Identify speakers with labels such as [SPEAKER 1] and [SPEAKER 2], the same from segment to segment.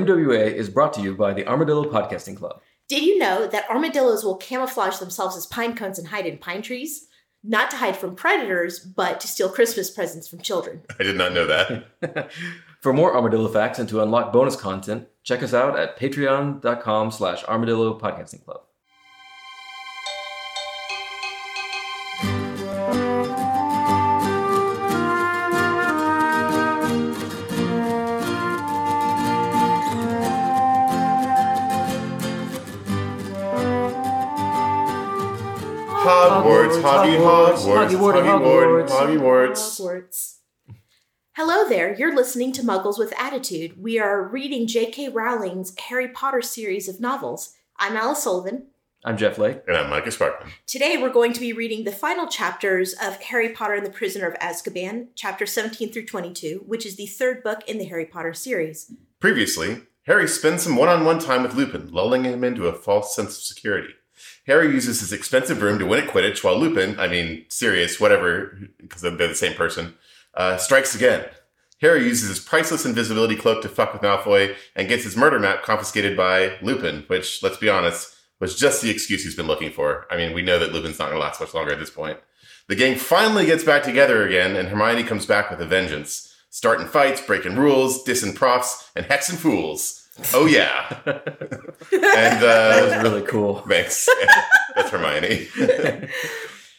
[SPEAKER 1] MWA is brought to you by the Armadillo Podcasting Club.
[SPEAKER 2] Did you know that armadillos will camouflage themselves as pine cones and hide in pine trees? Not to hide from predators, but to steal Christmas presents from children.
[SPEAKER 3] I did not know that.
[SPEAKER 1] For more Armadillo facts and to unlock bonus content, check us out at patreon.com slash armadillo podcasting club.
[SPEAKER 3] Hogwarts, Hoggy
[SPEAKER 1] Hogwarts,
[SPEAKER 3] Hogwarts,
[SPEAKER 1] Hoggy Ward,
[SPEAKER 3] Hoggy
[SPEAKER 1] Hogwarts.
[SPEAKER 3] Ward, Hoggy Warts.
[SPEAKER 2] Hogwarts. Hello there, you're listening to Muggles with Attitude. We are reading J.K. Rowling's Harry Potter series of novels. I'm Alice Sullivan.
[SPEAKER 1] I'm Jeff Lake.
[SPEAKER 3] And I'm Micah Sparkman.
[SPEAKER 2] Today we're going to be reading the final chapters of Harry Potter and the Prisoner of Azkaban, chapter 17 through 22, which is the third book in the Harry Potter series.
[SPEAKER 3] Previously, Harry spends some one on one time with Lupin, lulling him into a false sense of security. Harry uses his expensive room to win at Quidditch while Lupin, I mean, Sirius, whatever, because they're the same person, uh, strikes again. Harry uses his priceless invisibility cloak to fuck with Malfoy and gets his murder map confiscated by Lupin, which, let's be honest, was just the excuse he's been looking for. I mean, we know that Lupin's not going to last much longer at this point. The gang finally gets back together again, and Hermione comes back with a vengeance. Starting fights, breaking rules, dissing profs, and hexing fools. Oh, yeah. and,
[SPEAKER 1] That was
[SPEAKER 3] uh,
[SPEAKER 1] really cool.
[SPEAKER 3] thanks. That's Hermione.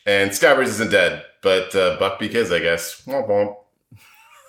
[SPEAKER 3] and Scabbers isn't dead, but uh, Buckbeak is, I guess. Womp womp.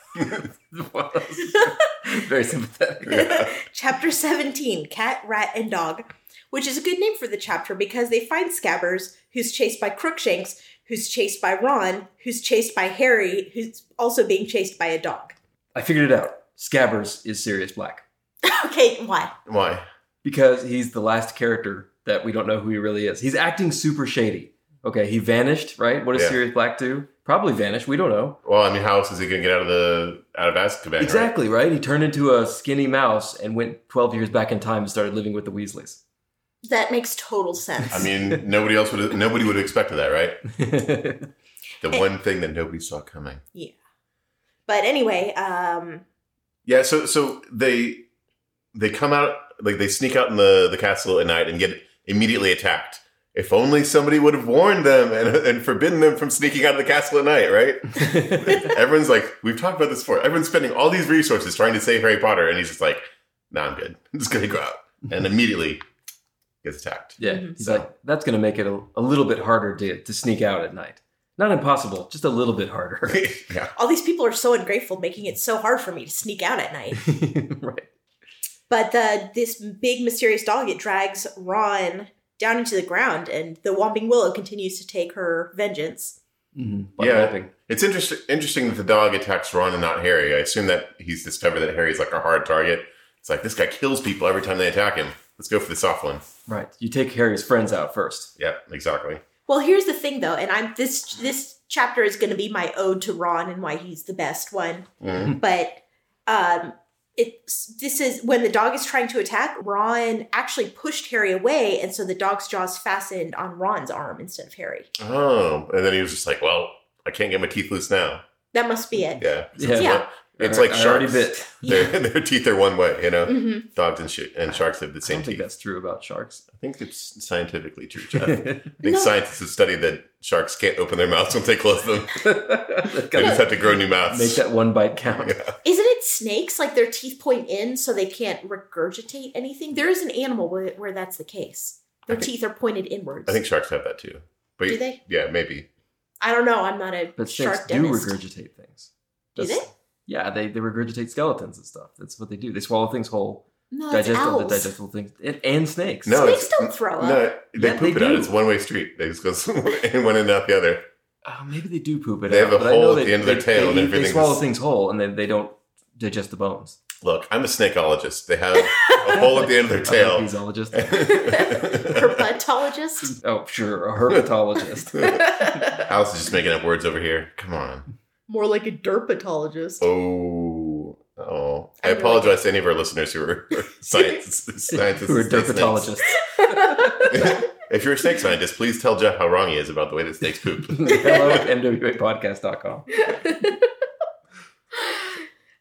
[SPEAKER 1] Very sympathetic.
[SPEAKER 2] chapter 17 Cat, Rat, and Dog, which is a good name for the chapter because they find Scabbers, who's chased by Crookshanks, who's chased by Ron, who's chased by Harry, who's also being chased by a dog.
[SPEAKER 1] I figured it out. Scabbers is Sirius Black
[SPEAKER 2] okay, why?
[SPEAKER 3] Why?
[SPEAKER 1] because he's the last character that we don't know who he really is. He's acting super shady. Okay, he vanished, right? What does
[SPEAKER 3] Yeah.
[SPEAKER 1] Sirius Black do? Probably vanished. We don't know.
[SPEAKER 3] Well, I mean, how else is he going to get out of the out of Azkaban? right?
[SPEAKER 1] Exactly, right? He turned into a skinny mouse and went 12 years back in time and started living with the Weasleys.
[SPEAKER 2] That makes total sense.
[SPEAKER 3] I mean, nobody else would nobody would have expected that, right? The
[SPEAKER 2] Eh.
[SPEAKER 3] one thing that nobody saw coming.
[SPEAKER 2] but anyway, um,
[SPEAKER 3] Yeah. So so they they come out like they sneak out in the the castle at night and get immediately attacked. If only somebody would have warned them and, and forbidden them from sneaking out of the castle at night, right? Everyone's like, we've talked about this before. Everyone's spending all these resources trying to save Harry Potter, and he's just like, nah, I'm good. I'm just gonna go out. And immediately gets attacked.
[SPEAKER 1] yeah,
[SPEAKER 2] Mhm.
[SPEAKER 1] he's like, that's going to make it a, a little bit harder to, to sneak out at night. Not impossible, just a little bit harder.
[SPEAKER 3] yeah.
[SPEAKER 2] all these people are so ungrateful, making it so hard for me to sneak out at night.
[SPEAKER 1] right.
[SPEAKER 2] But the this big mysterious dog it drags Ron down into the ground, and the Whomping Willow continues to take her vengeance.
[SPEAKER 1] Mhm.
[SPEAKER 3] Mm-hmm. Yeah.
[SPEAKER 1] Butt-whopping.
[SPEAKER 3] It's interesting interesting that the dog attacks Ron and not Harry. I assume that he's discovered that Harry's like a hard target. It's like this guy kills people every time they attack him. Let's go for the soft one.
[SPEAKER 1] Right. You take Harry's friends out first.
[SPEAKER 3] Yeah, exactly.
[SPEAKER 2] Well, here's the thing though, and I'm this this chapter is going to be my ode to Ron and why he's the best one.
[SPEAKER 3] Mhm.
[SPEAKER 2] But um, it's this is when the dog is trying to attack Ron actually pushed Harry away, and so the dog's jaws fastened on Ron's arm instead of Harry.
[SPEAKER 3] Oh, and then he was just like, well, I can't get my teeth loose now.
[SPEAKER 2] That must be it.
[SPEAKER 3] Yeah.
[SPEAKER 1] Yeah.
[SPEAKER 2] Yeah.
[SPEAKER 3] It's
[SPEAKER 1] I-
[SPEAKER 3] like
[SPEAKER 1] I already
[SPEAKER 3] sharks.
[SPEAKER 1] bit.
[SPEAKER 3] Their, their teeth are one way, you know?
[SPEAKER 2] hmm
[SPEAKER 3] Dogs and, sh- and sharks have the
[SPEAKER 1] Mm-hmm. I
[SPEAKER 3] same
[SPEAKER 1] don't think
[SPEAKER 3] teeth.
[SPEAKER 1] that's true about sharks.
[SPEAKER 3] I think it's scientifically true, Jeff. I think
[SPEAKER 2] No.
[SPEAKER 3] scientists have studied that sharks can't open their mouths once they close them. They
[SPEAKER 1] Gotta
[SPEAKER 3] just have to grow new mouths.
[SPEAKER 1] Make that one bite count.
[SPEAKER 2] Isn't it snakes? Like their teeth point in so they can't regurgitate anything? There is an animal where, where that's the case. Their
[SPEAKER 3] I think-
[SPEAKER 2] teeth are pointed inwards.
[SPEAKER 3] I think sharks have that too. But
[SPEAKER 2] Do they?
[SPEAKER 3] Yeah, maybe.
[SPEAKER 2] I don't know. I'm not a
[SPEAKER 1] But snakes
[SPEAKER 2] shark
[SPEAKER 1] do
[SPEAKER 2] dentist.
[SPEAKER 1] regurgitate things.
[SPEAKER 2] Do
[SPEAKER 1] That's- Yeah, they, they regurgitate skeletons and stuff. That's what they do. They swallow things whole.
[SPEAKER 2] no, Oh, that's
[SPEAKER 1] digest all the
[SPEAKER 2] owls.
[SPEAKER 1] digestible things and, and snakes.
[SPEAKER 3] No,
[SPEAKER 2] snakes
[SPEAKER 3] it's-
[SPEAKER 2] don't throw up.
[SPEAKER 3] No, they
[SPEAKER 1] Yeah,
[SPEAKER 3] poop
[SPEAKER 1] they
[SPEAKER 3] it out.
[SPEAKER 1] do.
[SPEAKER 3] It's one way street. They just go in one end out the other.
[SPEAKER 1] Oh, maybe they do poop it.
[SPEAKER 3] They
[SPEAKER 1] out,
[SPEAKER 3] have a
[SPEAKER 1] but I know
[SPEAKER 3] hole at
[SPEAKER 1] they-
[SPEAKER 3] the end of their
[SPEAKER 1] they-
[SPEAKER 3] tail
[SPEAKER 1] They,
[SPEAKER 3] and
[SPEAKER 1] eat- they
[SPEAKER 3] everything
[SPEAKER 1] swallow
[SPEAKER 3] is-
[SPEAKER 1] things whole and then they don't digest the bones.
[SPEAKER 3] Look, I'm a snakeologist. They have a hole at the end of their
[SPEAKER 1] A
[SPEAKER 3] tail.
[SPEAKER 1] herpetologist.
[SPEAKER 2] Herpetologist.
[SPEAKER 1] oh, sure, a herpetologist.
[SPEAKER 3] Alice is just making up words over here. Come on.
[SPEAKER 2] More like a derpetologist.
[SPEAKER 3] Oh. Oh.
[SPEAKER 2] I
[SPEAKER 3] I
[SPEAKER 2] really-
[SPEAKER 3] apologize to any of our listeners who are who are science, scientists.
[SPEAKER 1] Who are
[SPEAKER 3] and snake snakes.
[SPEAKER 1] derpetologists?
[SPEAKER 3] if you're a snake scientist, please tell Jeff how wrong he is about the way that snakes poop.
[SPEAKER 1] Hello at mwapodcast.com.
[SPEAKER 2] oh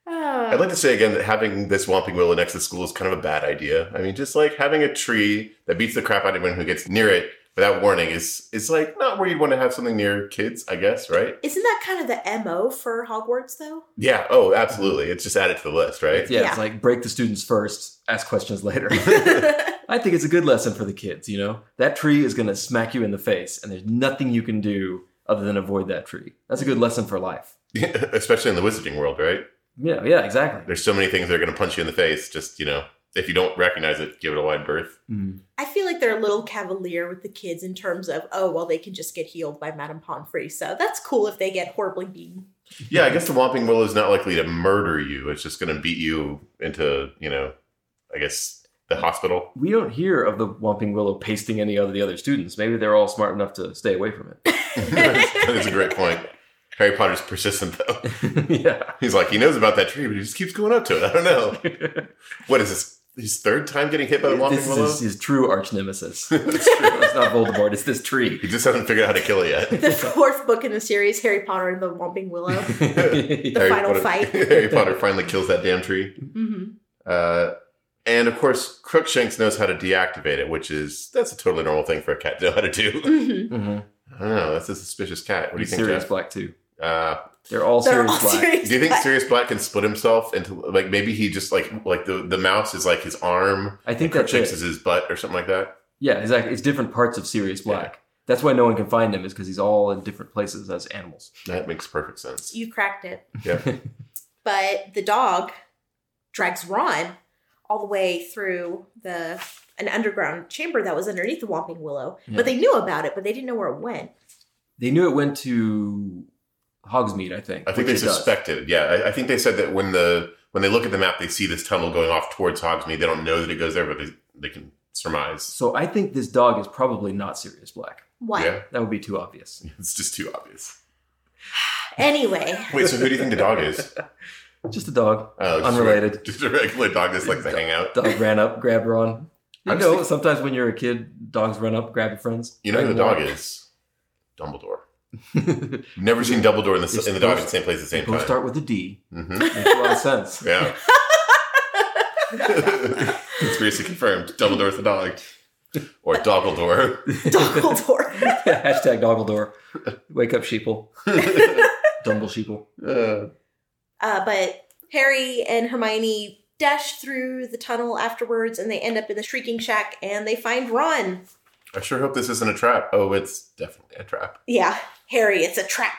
[SPEAKER 2] Ah.
[SPEAKER 3] I'd like to say again that having this Whomping Willow next to school is kind of a bad idea. I mean, just like having a tree that beats the crap out of anyone who gets near it without warning is is like not where you'd want to have something near kids, I guess, right?
[SPEAKER 2] Isn't that kind of the MO for Hogwarts, though?
[SPEAKER 3] Yeah. Oh, absolutely. It's just added to the list, right?
[SPEAKER 1] Yeah,
[SPEAKER 2] Yeah.
[SPEAKER 1] it's like break the students first, ask questions later.
[SPEAKER 2] yeah.
[SPEAKER 1] I think it's a good lesson for the kids, you know? That tree is going to smack you in the face, and there's nothing you can do other than avoid that tree. That's a good lesson for life.
[SPEAKER 3] Especially in the wizarding world, right?
[SPEAKER 1] Yeah, yeah, exactly.
[SPEAKER 3] There's so many things that are going to punch you in the face. Just you know, if you don't recognize it, give it a wide berth.
[SPEAKER 1] Mm.
[SPEAKER 2] I feel like they're a little cavalier with the kids in terms of, oh, well, they can just get healed by Madame Pomfrey. So that's cool if they get horribly beaten.
[SPEAKER 3] Yeah, I guess the Whomping Willow is not likely to murder you. It's just going to beat you into you know, I guess the hospital.
[SPEAKER 1] We don't hear of the Whomping Willow pasting any of the other students. Maybe they're all smart enough to stay away from it.
[SPEAKER 3] That's a great point. Harry Potter's persistent though.
[SPEAKER 1] yeah.
[SPEAKER 3] He's like, he knows about that tree, but he just keeps going up to it. I don't know. What is this? His thirird time getting hit by the Whomping
[SPEAKER 1] this
[SPEAKER 3] Willow?
[SPEAKER 1] is his, his true arch nemesis.
[SPEAKER 3] That's true.
[SPEAKER 1] it's not Voldemort, it's this tree.
[SPEAKER 3] he just hasn't figured out how to kill it yet.
[SPEAKER 2] The fourth book in the series, Harry Potter and the Whomping Willow.
[SPEAKER 1] yeah.
[SPEAKER 3] Harry
[SPEAKER 2] final
[SPEAKER 3] Potter,
[SPEAKER 2] fight.
[SPEAKER 3] Harry Potter finally kills that damn tree.
[SPEAKER 2] hmm
[SPEAKER 3] Uh, and of course, Crookshanks knows how to deactivate it, which is that's a totally normal thing for a cat to know how to do.
[SPEAKER 2] hmm
[SPEAKER 1] hmm
[SPEAKER 3] I don't know. That's a suspicious cat. What do you think,
[SPEAKER 1] Sirius
[SPEAKER 3] Jeff?
[SPEAKER 1] Black, too.
[SPEAKER 3] Uh,
[SPEAKER 1] They're all
[SPEAKER 2] They're
[SPEAKER 1] Sirius
[SPEAKER 2] all
[SPEAKER 1] Black.
[SPEAKER 2] serious.
[SPEAKER 3] do you think Sirius Black can split himself into like maybe he just like like the the mouse is like his arm,
[SPEAKER 1] I think that's
[SPEAKER 3] Crookshanks
[SPEAKER 1] it.
[SPEAKER 3] is his butt or something like that.
[SPEAKER 1] Yeah, exactly. It's different parts of Sirius Black. That's why no one can find him, is because he's all in different places as animals.
[SPEAKER 3] That makes perfect sense.
[SPEAKER 2] you cracked it.
[SPEAKER 3] Yeah.
[SPEAKER 2] but the dog drags Ron all the way through the an underground chamber that was underneath the Whomping Willow.
[SPEAKER 1] Yeah.
[SPEAKER 2] But they knew about it, but they didn't know where it went.
[SPEAKER 1] They knew it went to Hogsmeade, I think.
[SPEAKER 3] I think
[SPEAKER 1] which
[SPEAKER 3] they
[SPEAKER 1] it does.
[SPEAKER 3] suspected. Yeah, I, I think they said that when the when they look at the map, they see this tunnel going off towards Hogsmeade. They don't know that it goes there, but they, they can surmise.
[SPEAKER 1] So I think this dog is probably not Sirius Black.
[SPEAKER 2] What?
[SPEAKER 3] Yeah,
[SPEAKER 1] That would be too obvious.
[SPEAKER 3] it's just too obvious.
[SPEAKER 2] Anyway,
[SPEAKER 3] Wait, so who do you think the dog is?
[SPEAKER 1] Just a dog.
[SPEAKER 3] Oh, just a reg-
[SPEAKER 1] Unrelated.
[SPEAKER 3] Just a regular dog that just likes to hang out.
[SPEAKER 1] Dog ran up, grabbed Ron. You
[SPEAKER 3] I'm
[SPEAKER 1] know,
[SPEAKER 3] just-
[SPEAKER 1] sometimes when you're a kid, dogs run up, grab your friends.
[SPEAKER 3] You know who the
[SPEAKER 1] grab
[SPEAKER 3] dog is? Dumbledore.
[SPEAKER 1] them.
[SPEAKER 3] Never seen Dumbledore in the
[SPEAKER 1] It's
[SPEAKER 3] s- in the dog
[SPEAKER 1] supposed-
[SPEAKER 3] at the same place at the
[SPEAKER 1] they
[SPEAKER 3] same
[SPEAKER 1] both
[SPEAKER 3] time.
[SPEAKER 1] start with a D.
[SPEAKER 3] hmm
[SPEAKER 1] Makes a lot of sense.
[SPEAKER 3] Yeah. Conspiracy confirmed. Dumbledore's the dog, or Doggledore.
[SPEAKER 2] Dumbledore.
[SPEAKER 1] Hashtag Doggledore. Wake up, sheeple. Dumble sheeple.
[SPEAKER 3] Uh,
[SPEAKER 2] uh, but Harry and Hermione dash through the tunnel afterwards, and they end up in the Shrieking Shack, and they find Ron.
[SPEAKER 3] I sure hope this isn't a trap. Oh, it's definitely a trap.
[SPEAKER 2] Yeah, Harry, it's a trap.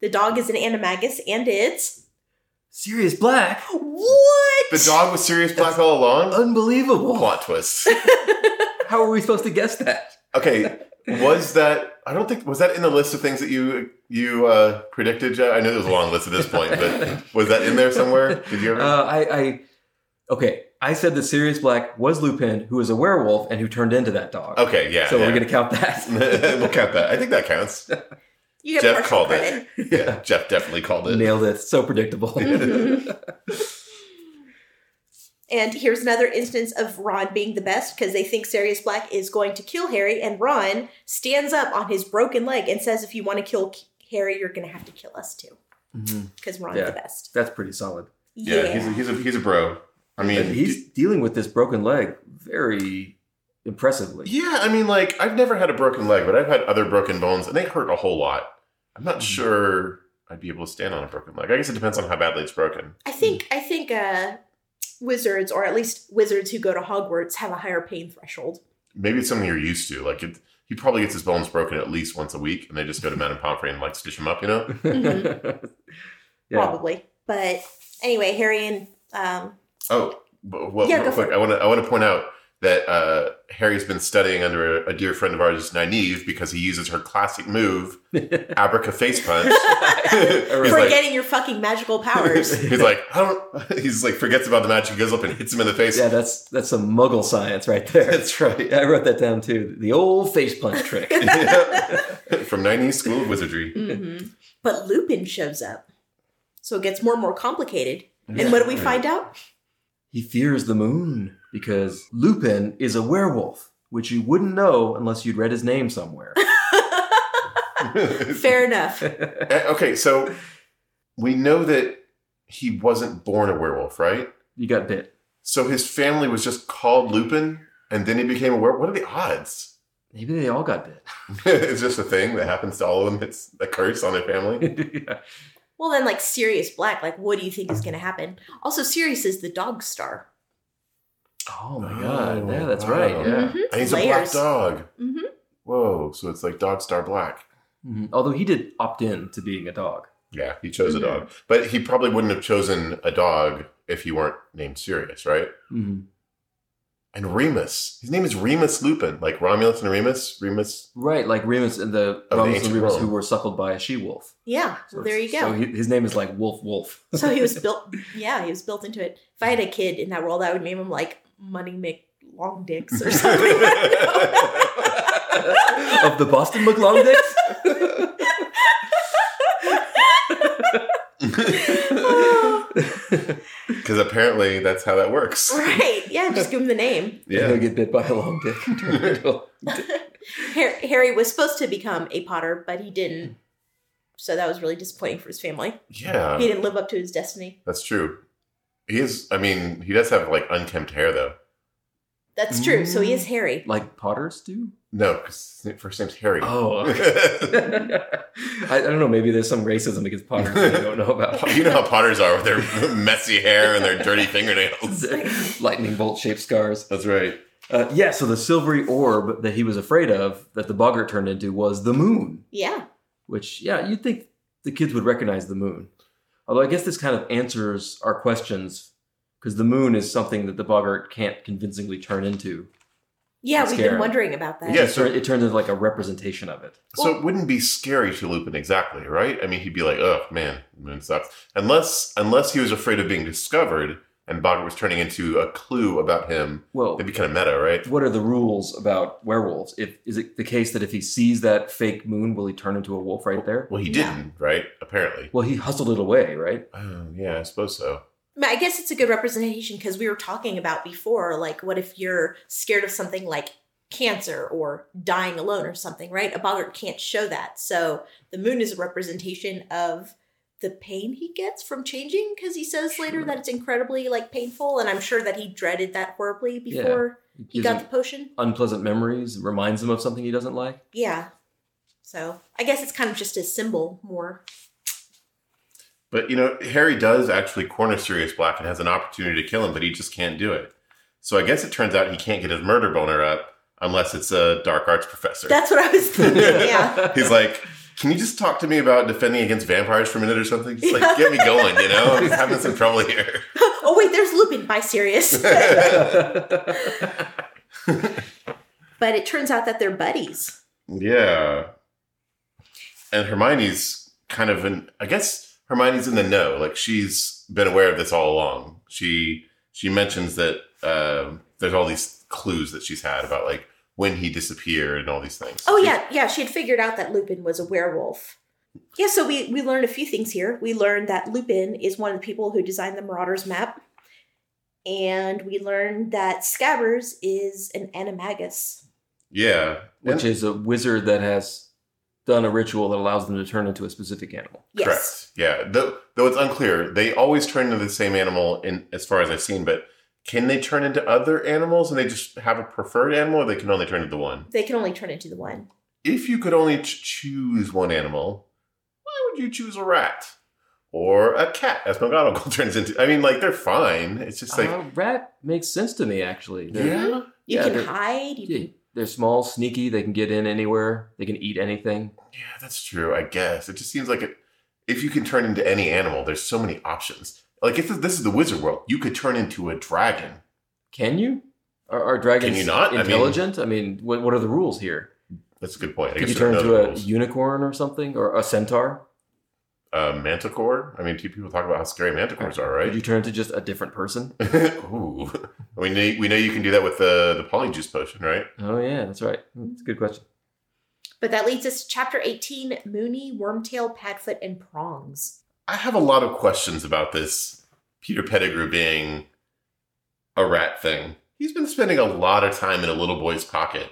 [SPEAKER 2] The dog is an animagus, and it's
[SPEAKER 1] Sirius Black?
[SPEAKER 2] what?
[SPEAKER 3] The dog was Sirius Black all along.
[SPEAKER 1] Unbelievable.
[SPEAKER 3] plot twist.
[SPEAKER 1] How are we supposed to guess that?
[SPEAKER 3] Okay, was that? I don't think was that in the list of things that you you uh, predicted. Jeff? I know there was a long list at this point, but was that in there somewhere? Did you ever?
[SPEAKER 1] Uh, I, I okay. I said that Sirius Black was Lupin, who was a werewolf and who turned into that dog.
[SPEAKER 3] okay, yeah.
[SPEAKER 1] so
[SPEAKER 3] yeah.
[SPEAKER 1] we're gonna count that.
[SPEAKER 3] we'll count that. I think that counts.
[SPEAKER 2] You get
[SPEAKER 3] Jeff
[SPEAKER 2] partial
[SPEAKER 3] called it.
[SPEAKER 2] credit.
[SPEAKER 3] Yeah, Jeff definitely called it. Mm-hmm.
[SPEAKER 1] Nailed it. So predictable.
[SPEAKER 2] Mhm. and here's another instance of Ron being the best because they think Sirius Black is going to kill Harry, and Ron stands up on his broken leg and says, "If you want to kill K- Harry, you're going to have to kill us too,
[SPEAKER 1] Mhm.
[SPEAKER 2] because Ron's
[SPEAKER 1] Yeah.
[SPEAKER 2] the best."
[SPEAKER 1] That's pretty solid.
[SPEAKER 3] Yeah, he's a, he's a he's a bro. I mean,
[SPEAKER 1] And he's dealing with this broken leg very impressively.
[SPEAKER 3] yeah. I mean, like I've never had a broken leg, but I've had other broken bones, and they hurt a whole lot. I'm not
[SPEAKER 1] Mm.
[SPEAKER 3] sure I'd be able to stand on a broken leg. I guess it depends on how badly it's broken.
[SPEAKER 2] I think I think uh, wizards, or at least wizards who go to Hogwarts, have a higher pain threshold.
[SPEAKER 3] maybe it's something you're used to. Like it, he probably gets his bones broken at least once a week, and they just go to Madame Pomfrey and like stitch him up. You know,
[SPEAKER 1] yeah.
[SPEAKER 2] Probably, but anyway, Harry and um,
[SPEAKER 3] Oh, but, well,
[SPEAKER 2] Yeah,
[SPEAKER 3] real
[SPEAKER 2] go for
[SPEAKER 3] quick, I want to I want to point out that uh, Harry's been studying under a, a dear friend of ours, Nynaeve, because he uses her classic move, Abraca face punch. he's like,
[SPEAKER 2] forgetting your fucking magical powers.
[SPEAKER 3] he's like, I don't. He's like forgets about the magic, goes up and hits him in the face.
[SPEAKER 1] Yeah, that's that's some muggle science right there.
[SPEAKER 3] That's right.
[SPEAKER 1] I wrote that down too. The old face punch trick.
[SPEAKER 3] From 90s School of Wizardry.
[SPEAKER 2] Mhm. But Lupin shows up. So it gets more and more complicated. And what do we find out?
[SPEAKER 1] He fears the moon because Lupin is a werewolf, which you wouldn't know unless you'd read his name somewhere.
[SPEAKER 2] Fair enough.
[SPEAKER 3] Eh, Uh, Okay, so we know that he wasn't born a werewolf, right?
[SPEAKER 1] You got bit.
[SPEAKER 3] So his family was just called Lupin, and then he became a werewolf. What are the odds?
[SPEAKER 1] Maybe they all got bit.
[SPEAKER 3] it's just a thing that happens to all of them. It's a curse on their family.
[SPEAKER 1] yeah.
[SPEAKER 2] Well, then, like Sirius Black, like, what do you think is going to happen? Also, Sirius is the dog star.
[SPEAKER 1] Oh
[SPEAKER 3] Oh,
[SPEAKER 1] my god. Yeah, that's right.
[SPEAKER 3] wow.
[SPEAKER 1] Yeah.
[SPEAKER 2] Mhm.
[SPEAKER 3] And he's
[SPEAKER 2] Layers.
[SPEAKER 3] a black dog.
[SPEAKER 2] Mhm.
[SPEAKER 3] Whoa! So it's like Dog Star Black.
[SPEAKER 1] Mhm. Although he did opt in to being a dog.
[SPEAKER 3] Yeah, he chose
[SPEAKER 2] Mhm.
[SPEAKER 3] a dog, but he probably wouldn't have chosen a dog if he weren't named Sirius, right?
[SPEAKER 1] Mhm.
[SPEAKER 3] Mm-hmm. And Remus, his name is Remus Lupin, like Romulus and Remus. Remus,
[SPEAKER 1] Right, like Remus and the
[SPEAKER 3] the
[SPEAKER 1] Romulus and
[SPEAKER 3] ancient
[SPEAKER 1] Remus
[SPEAKER 3] Rome.
[SPEAKER 1] who were suckled by a she wolf.
[SPEAKER 2] Yeah. well, there you
[SPEAKER 1] So
[SPEAKER 2] go.
[SPEAKER 1] he, his name is like Wolf Wolf.
[SPEAKER 2] So he was built. Yeah, he was built into it. If I had a kid in that world, I would name him like Money McLong Dicks or something.
[SPEAKER 1] of the Boston McLongdicks?
[SPEAKER 2] Oh.
[SPEAKER 3] because apparently that's how that works.
[SPEAKER 2] right. Yeah. Just give him the name.
[SPEAKER 1] He's
[SPEAKER 3] Yeah,
[SPEAKER 1] gonna get bit by a long dick. turtle.
[SPEAKER 2] Harry, Harry was supposed to become a Potter, but he didn't. So that was really disappointing for his family. He
[SPEAKER 3] yeah,
[SPEAKER 2] didn't live up to his destiny.
[SPEAKER 3] that's true. He is. I mean, he does have like unkempt hair though.
[SPEAKER 2] That's true. So he is
[SPEAKER 1] Mm.
[SPEAKER 2] Harry.
[SPEAKER 1] like Potters do?
[SPEAKER 3] No, because his first name's Harry.
[SPEAKER 1] Oh. I, I don't know. Maybe there's some racism against Potters that I don't know about.
[SPEAKER 3] you know how Potters are with their messy hair and their dirty fingernails.
[SPEAKER 1] Lightning bolt shaped scars.
[SPEAKER 3] That's right.
[SPEAKER 1] Uh, yeah, so the silvery orb that he was afraid of, that the boggart turned into, was the moon.
[SPEAKER 2] Yeah.
[SPEAKER 1] Which, yeah, you'd think the kids would recognize the moon. Although I guess this kind of answers our questions because the moon is something that the boggart can't convincingly turn into.
[SPEAKER 2] Yeah.
[SPEAKER 1] That's
[SPEAKER 2] we've
[SPEAKER 1] Karen.
[SPEAKER 2] been wondering about that.
[SPEAKER 1] It
[SPEAKER 3] Yeah,
[SPEAKER 1] just
[SPEAKER 3] so-
[SPEAKER 1] turn- it turns into like a representation of it.
[SPEAKER 3] So it wouldn't be scary to Lupin exactly, right? I mean, he'd be like, "Oh man, the moon sucks." Unless, unless he was afraid of being discovered, and Bogart was turning into a clue about him.
[SPEAKER 1] Well,
[SPEAKER 3] It'd be kind of meta, right?
[SPEAKER 1] what are the rules about werewolves? If is it the case that if he sees that fake moon, will he turn into a wolf right there?
[SPEAKER 3] Well, he
[SPEAKER 2] Yeah.
[SPEAKER 3] didn't, right? Apparently.
[SPEAKER 1] Well, he hustled it away, right?
[SPEAKER 3] Oh, yeah, I suppose so.
[SPEAKER 2] I mean, I guess it's a good representation because we were talking about before, like, what if you're scared of something like cancer or dying alone or something, right? A boggart can't show that. So the moon is a representation of the pain he gets from changing because he says later
[SPEAKER 1] Sure.
[SPEAKER 2] that it's incredibly like painful and i'm sure that he dreaded that horribly
[SPEAKER 1] Yeah.
[SPEAKER 2] before
[SPEAKER 1] It
[SPEAKER 2] he
[SPEAKER 1] gives
[SPEAKER 2] got
[SPEAKER 1] him
[SPEAKER 2] the potion
[SPEAKER 1] unpleasant memories, reminds him of something he doesn't like.
[SPEAKER 2] yeah so i guess it's kind of just a symbol more
[SPEAKER 3] But you know, Harry does actually corner Sirius Black and has an opportunity to kill him, but he just can't do it. So I guess it turns out he can't get his murder boner up unless it's a dark arts professor.
[SPEAKER 2] that's what i was thinking yeah
[SPEAKER 3] He's like, "Can you just talk to me about defending against vampires for a minute or something? Just
[SPEAKER 2] Yeah.
[SPEAKER 3] like get me going, you know? I'm having some trouble here."
[SPEAKER 2] oh wait there's lupin by sirius but it turns out that they're buddies
[SPEAKER 3] yeah. And Hermione's kind of in I guess Hermione's in the know. Like she's been aware of this all along. She she mentions that um, there's all these clues that she's had about like when he disappeared and all these things.
[SPEAKER 2] Oh
[SPEAKER 3] She's-
[SPEAKER 2] yeah, yeah. She had figured out that Lupin was a werewolf. Yeah, so we we learned a few things here. We learned that Lupin is one of the people who designed the Marauders map, and we learned that Scabbers is an animagus.
[SPEAKER 3] Yeah.
[SPEAKER 1] Which is a wizard that has done a ritual that allows them to turn into a specific animal.
[SPEAKER 2] Yes,
[SPEAKER 3] Correct. Yeah. Though, though it's unclear, they always turn into the same animal. In as far as I've seen, but can they turn into other animals? And they just have a preferred animal, or they can only turn into the one.
[SPEAKER 2] they can only turn into the one.
[SPEAKER 3] If you could only ch- choose one animal, why would you choose a rat or a cat? As McGonagall turns into. I mean, like they're fine. It's just like
[SPEAKER 1] uh, rat makes sense to me actually. They're,
[SPEAKER 3] yeah,
[SPEAKER 2] You
[SPEAKER 1] Yeah,
[SPEAKER 2] can
[SPEAKER 1] they're-
[SPEAKER 2] hide. You
[SPEAKER 1] yeah, they're small, sneaky. They can get in anywhere. They can eat anything.
[SPEAKER 3] yeah, that's true. I guess it just seems like it. If you can turn into any animal, there's so many options. Like if this is the wizard world, you could turn into a dragon.
[SPEAKER 1] Can you? Are, are dragons
[SPEAKER 3] Can you not? I mean-
[SPEAKER 1] intelligent? I mean, what, what are the rules here?
[SPEAKER 3] That's a good point. I
[SPEAKER 1] Could
[SPEAKER 3] guess
[SPEAKER 1] you
[SPEAKER 3] I don't
[SPEAKER 1] turn
[SPEAKER 3] know
[SPEAKER 1] into
[SPEAKER 3] the
[SPEAKER 1] a
[SPEAKER 3] rules.
[SPEAKER 1] unicorn or something, or a centaur?
[SPEAKER 3] uh, manticore. I mean, two people talk about how scary manticores are,
[SPEAKER 1] Could you
[SPEAKER 3] right?
[SPEAKER 1] turn into just a different person?
[SPEAKER 3] Ooh, we know we know you can do that with the the polyjuice potion, right?
[SPEAKER 1] Oh yeah, that's right. That's a good question.
[SPEAKER 2] But that leads us to chapter eighteen: Mooney, Wormtail, Padfoot, and Prongs.
[SPEAKER 3] I have a lot of questions about this Peter Pettigrew being a rat thing. He's been spending a lot of time in a little boy's pocket.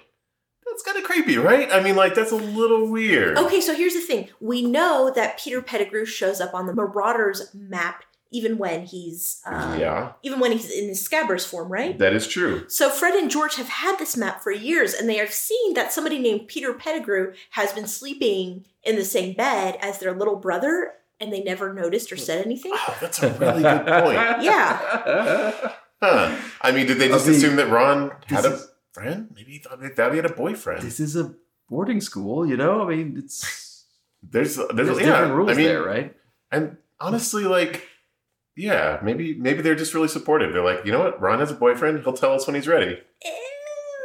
[SPEAKER 3] That's kind of creepy, right? I mean, like that's a little weird.
[SPEAKER 2] Okay, so here's the thing: we know that Peter Pettigrew shows up on the Marauders map even when he's uh,
[SPEAKER 3] yeah,
[SPEAKER 2] even when he's in his scabbers form, right?
[SPEAKER 3] that is true.
[SPEAKER 2] So Fred and George have had this map for years, and they have seen that somebody named Peter Pettigrew has been sleeping in the same bed as their little brother, and they never noticed or said anything.
[SPEAKER 3] Oh, that's a really good point.
[SPEAKER 1] Yeah.
[SPEAKER 3] Huh. I mean, did they just
[SPEAKER 1] I mean,
[SPEAKER 3] assume that Ron had
[SPEAKER 1] this
[SPEAKER 3] a
[SPEAKER 1] is-
[SPEAKER 3] friend? Maybe he thought, they thought he had a boyfriend.
[SPEAKER 1] this is a boarding school, you know? I mean, it's
[SPEAKER 3] There's, there's,
[SPEAKER 1] there's
[SPEAKER 3] yeah,
[SPEAKER 1] different rules
[SPEAKER 3] I mean,
[SPEAKER 1] there, right?
[SPEAKER 3] And honestly, like, yeah, maybe maybe they're just really supportive. They're like, you know what, Ron has a boyfriend. He'll tell us when he's ready.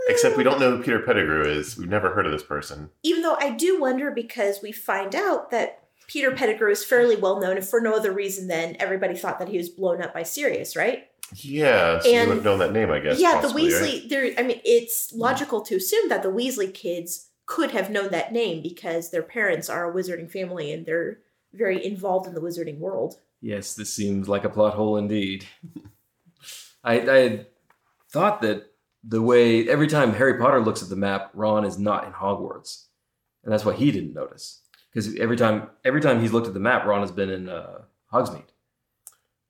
[SPEAKER 3] Except we don't know who Peter Pettigrew is. We've never heard of this person.
[SPEAKER 2] Even though I do wonder because we find out that Peter Pettigrew is fairly well known, and for no other reason than everybody thought that he was blown up by Sirius, right?
[SPEAKER 3] Yeah, so you
[SPEAKER 2] And-
[SPEAKER 3] would have known that name, I guess.
[SPEAKER 2] yeah, the
[SPEAKER 3] possibly, right? Mm-hmm.
[SPEAKER 2] Weasley. There, I mean, it's logical to assume that the Weasley kids could have known that name because their parents are a wizarding family and they're very involved in the wizarding world.
[SPEAKER 1] Yes, this seems like a plot hole indeed. I, I had thought that the way every time Harry Potter looks at the map, Ron is not in Hogwarts, and that's why he didn't notice. Because every time, every time he's looked at the map, Ron has been in uh, Hogsmeade.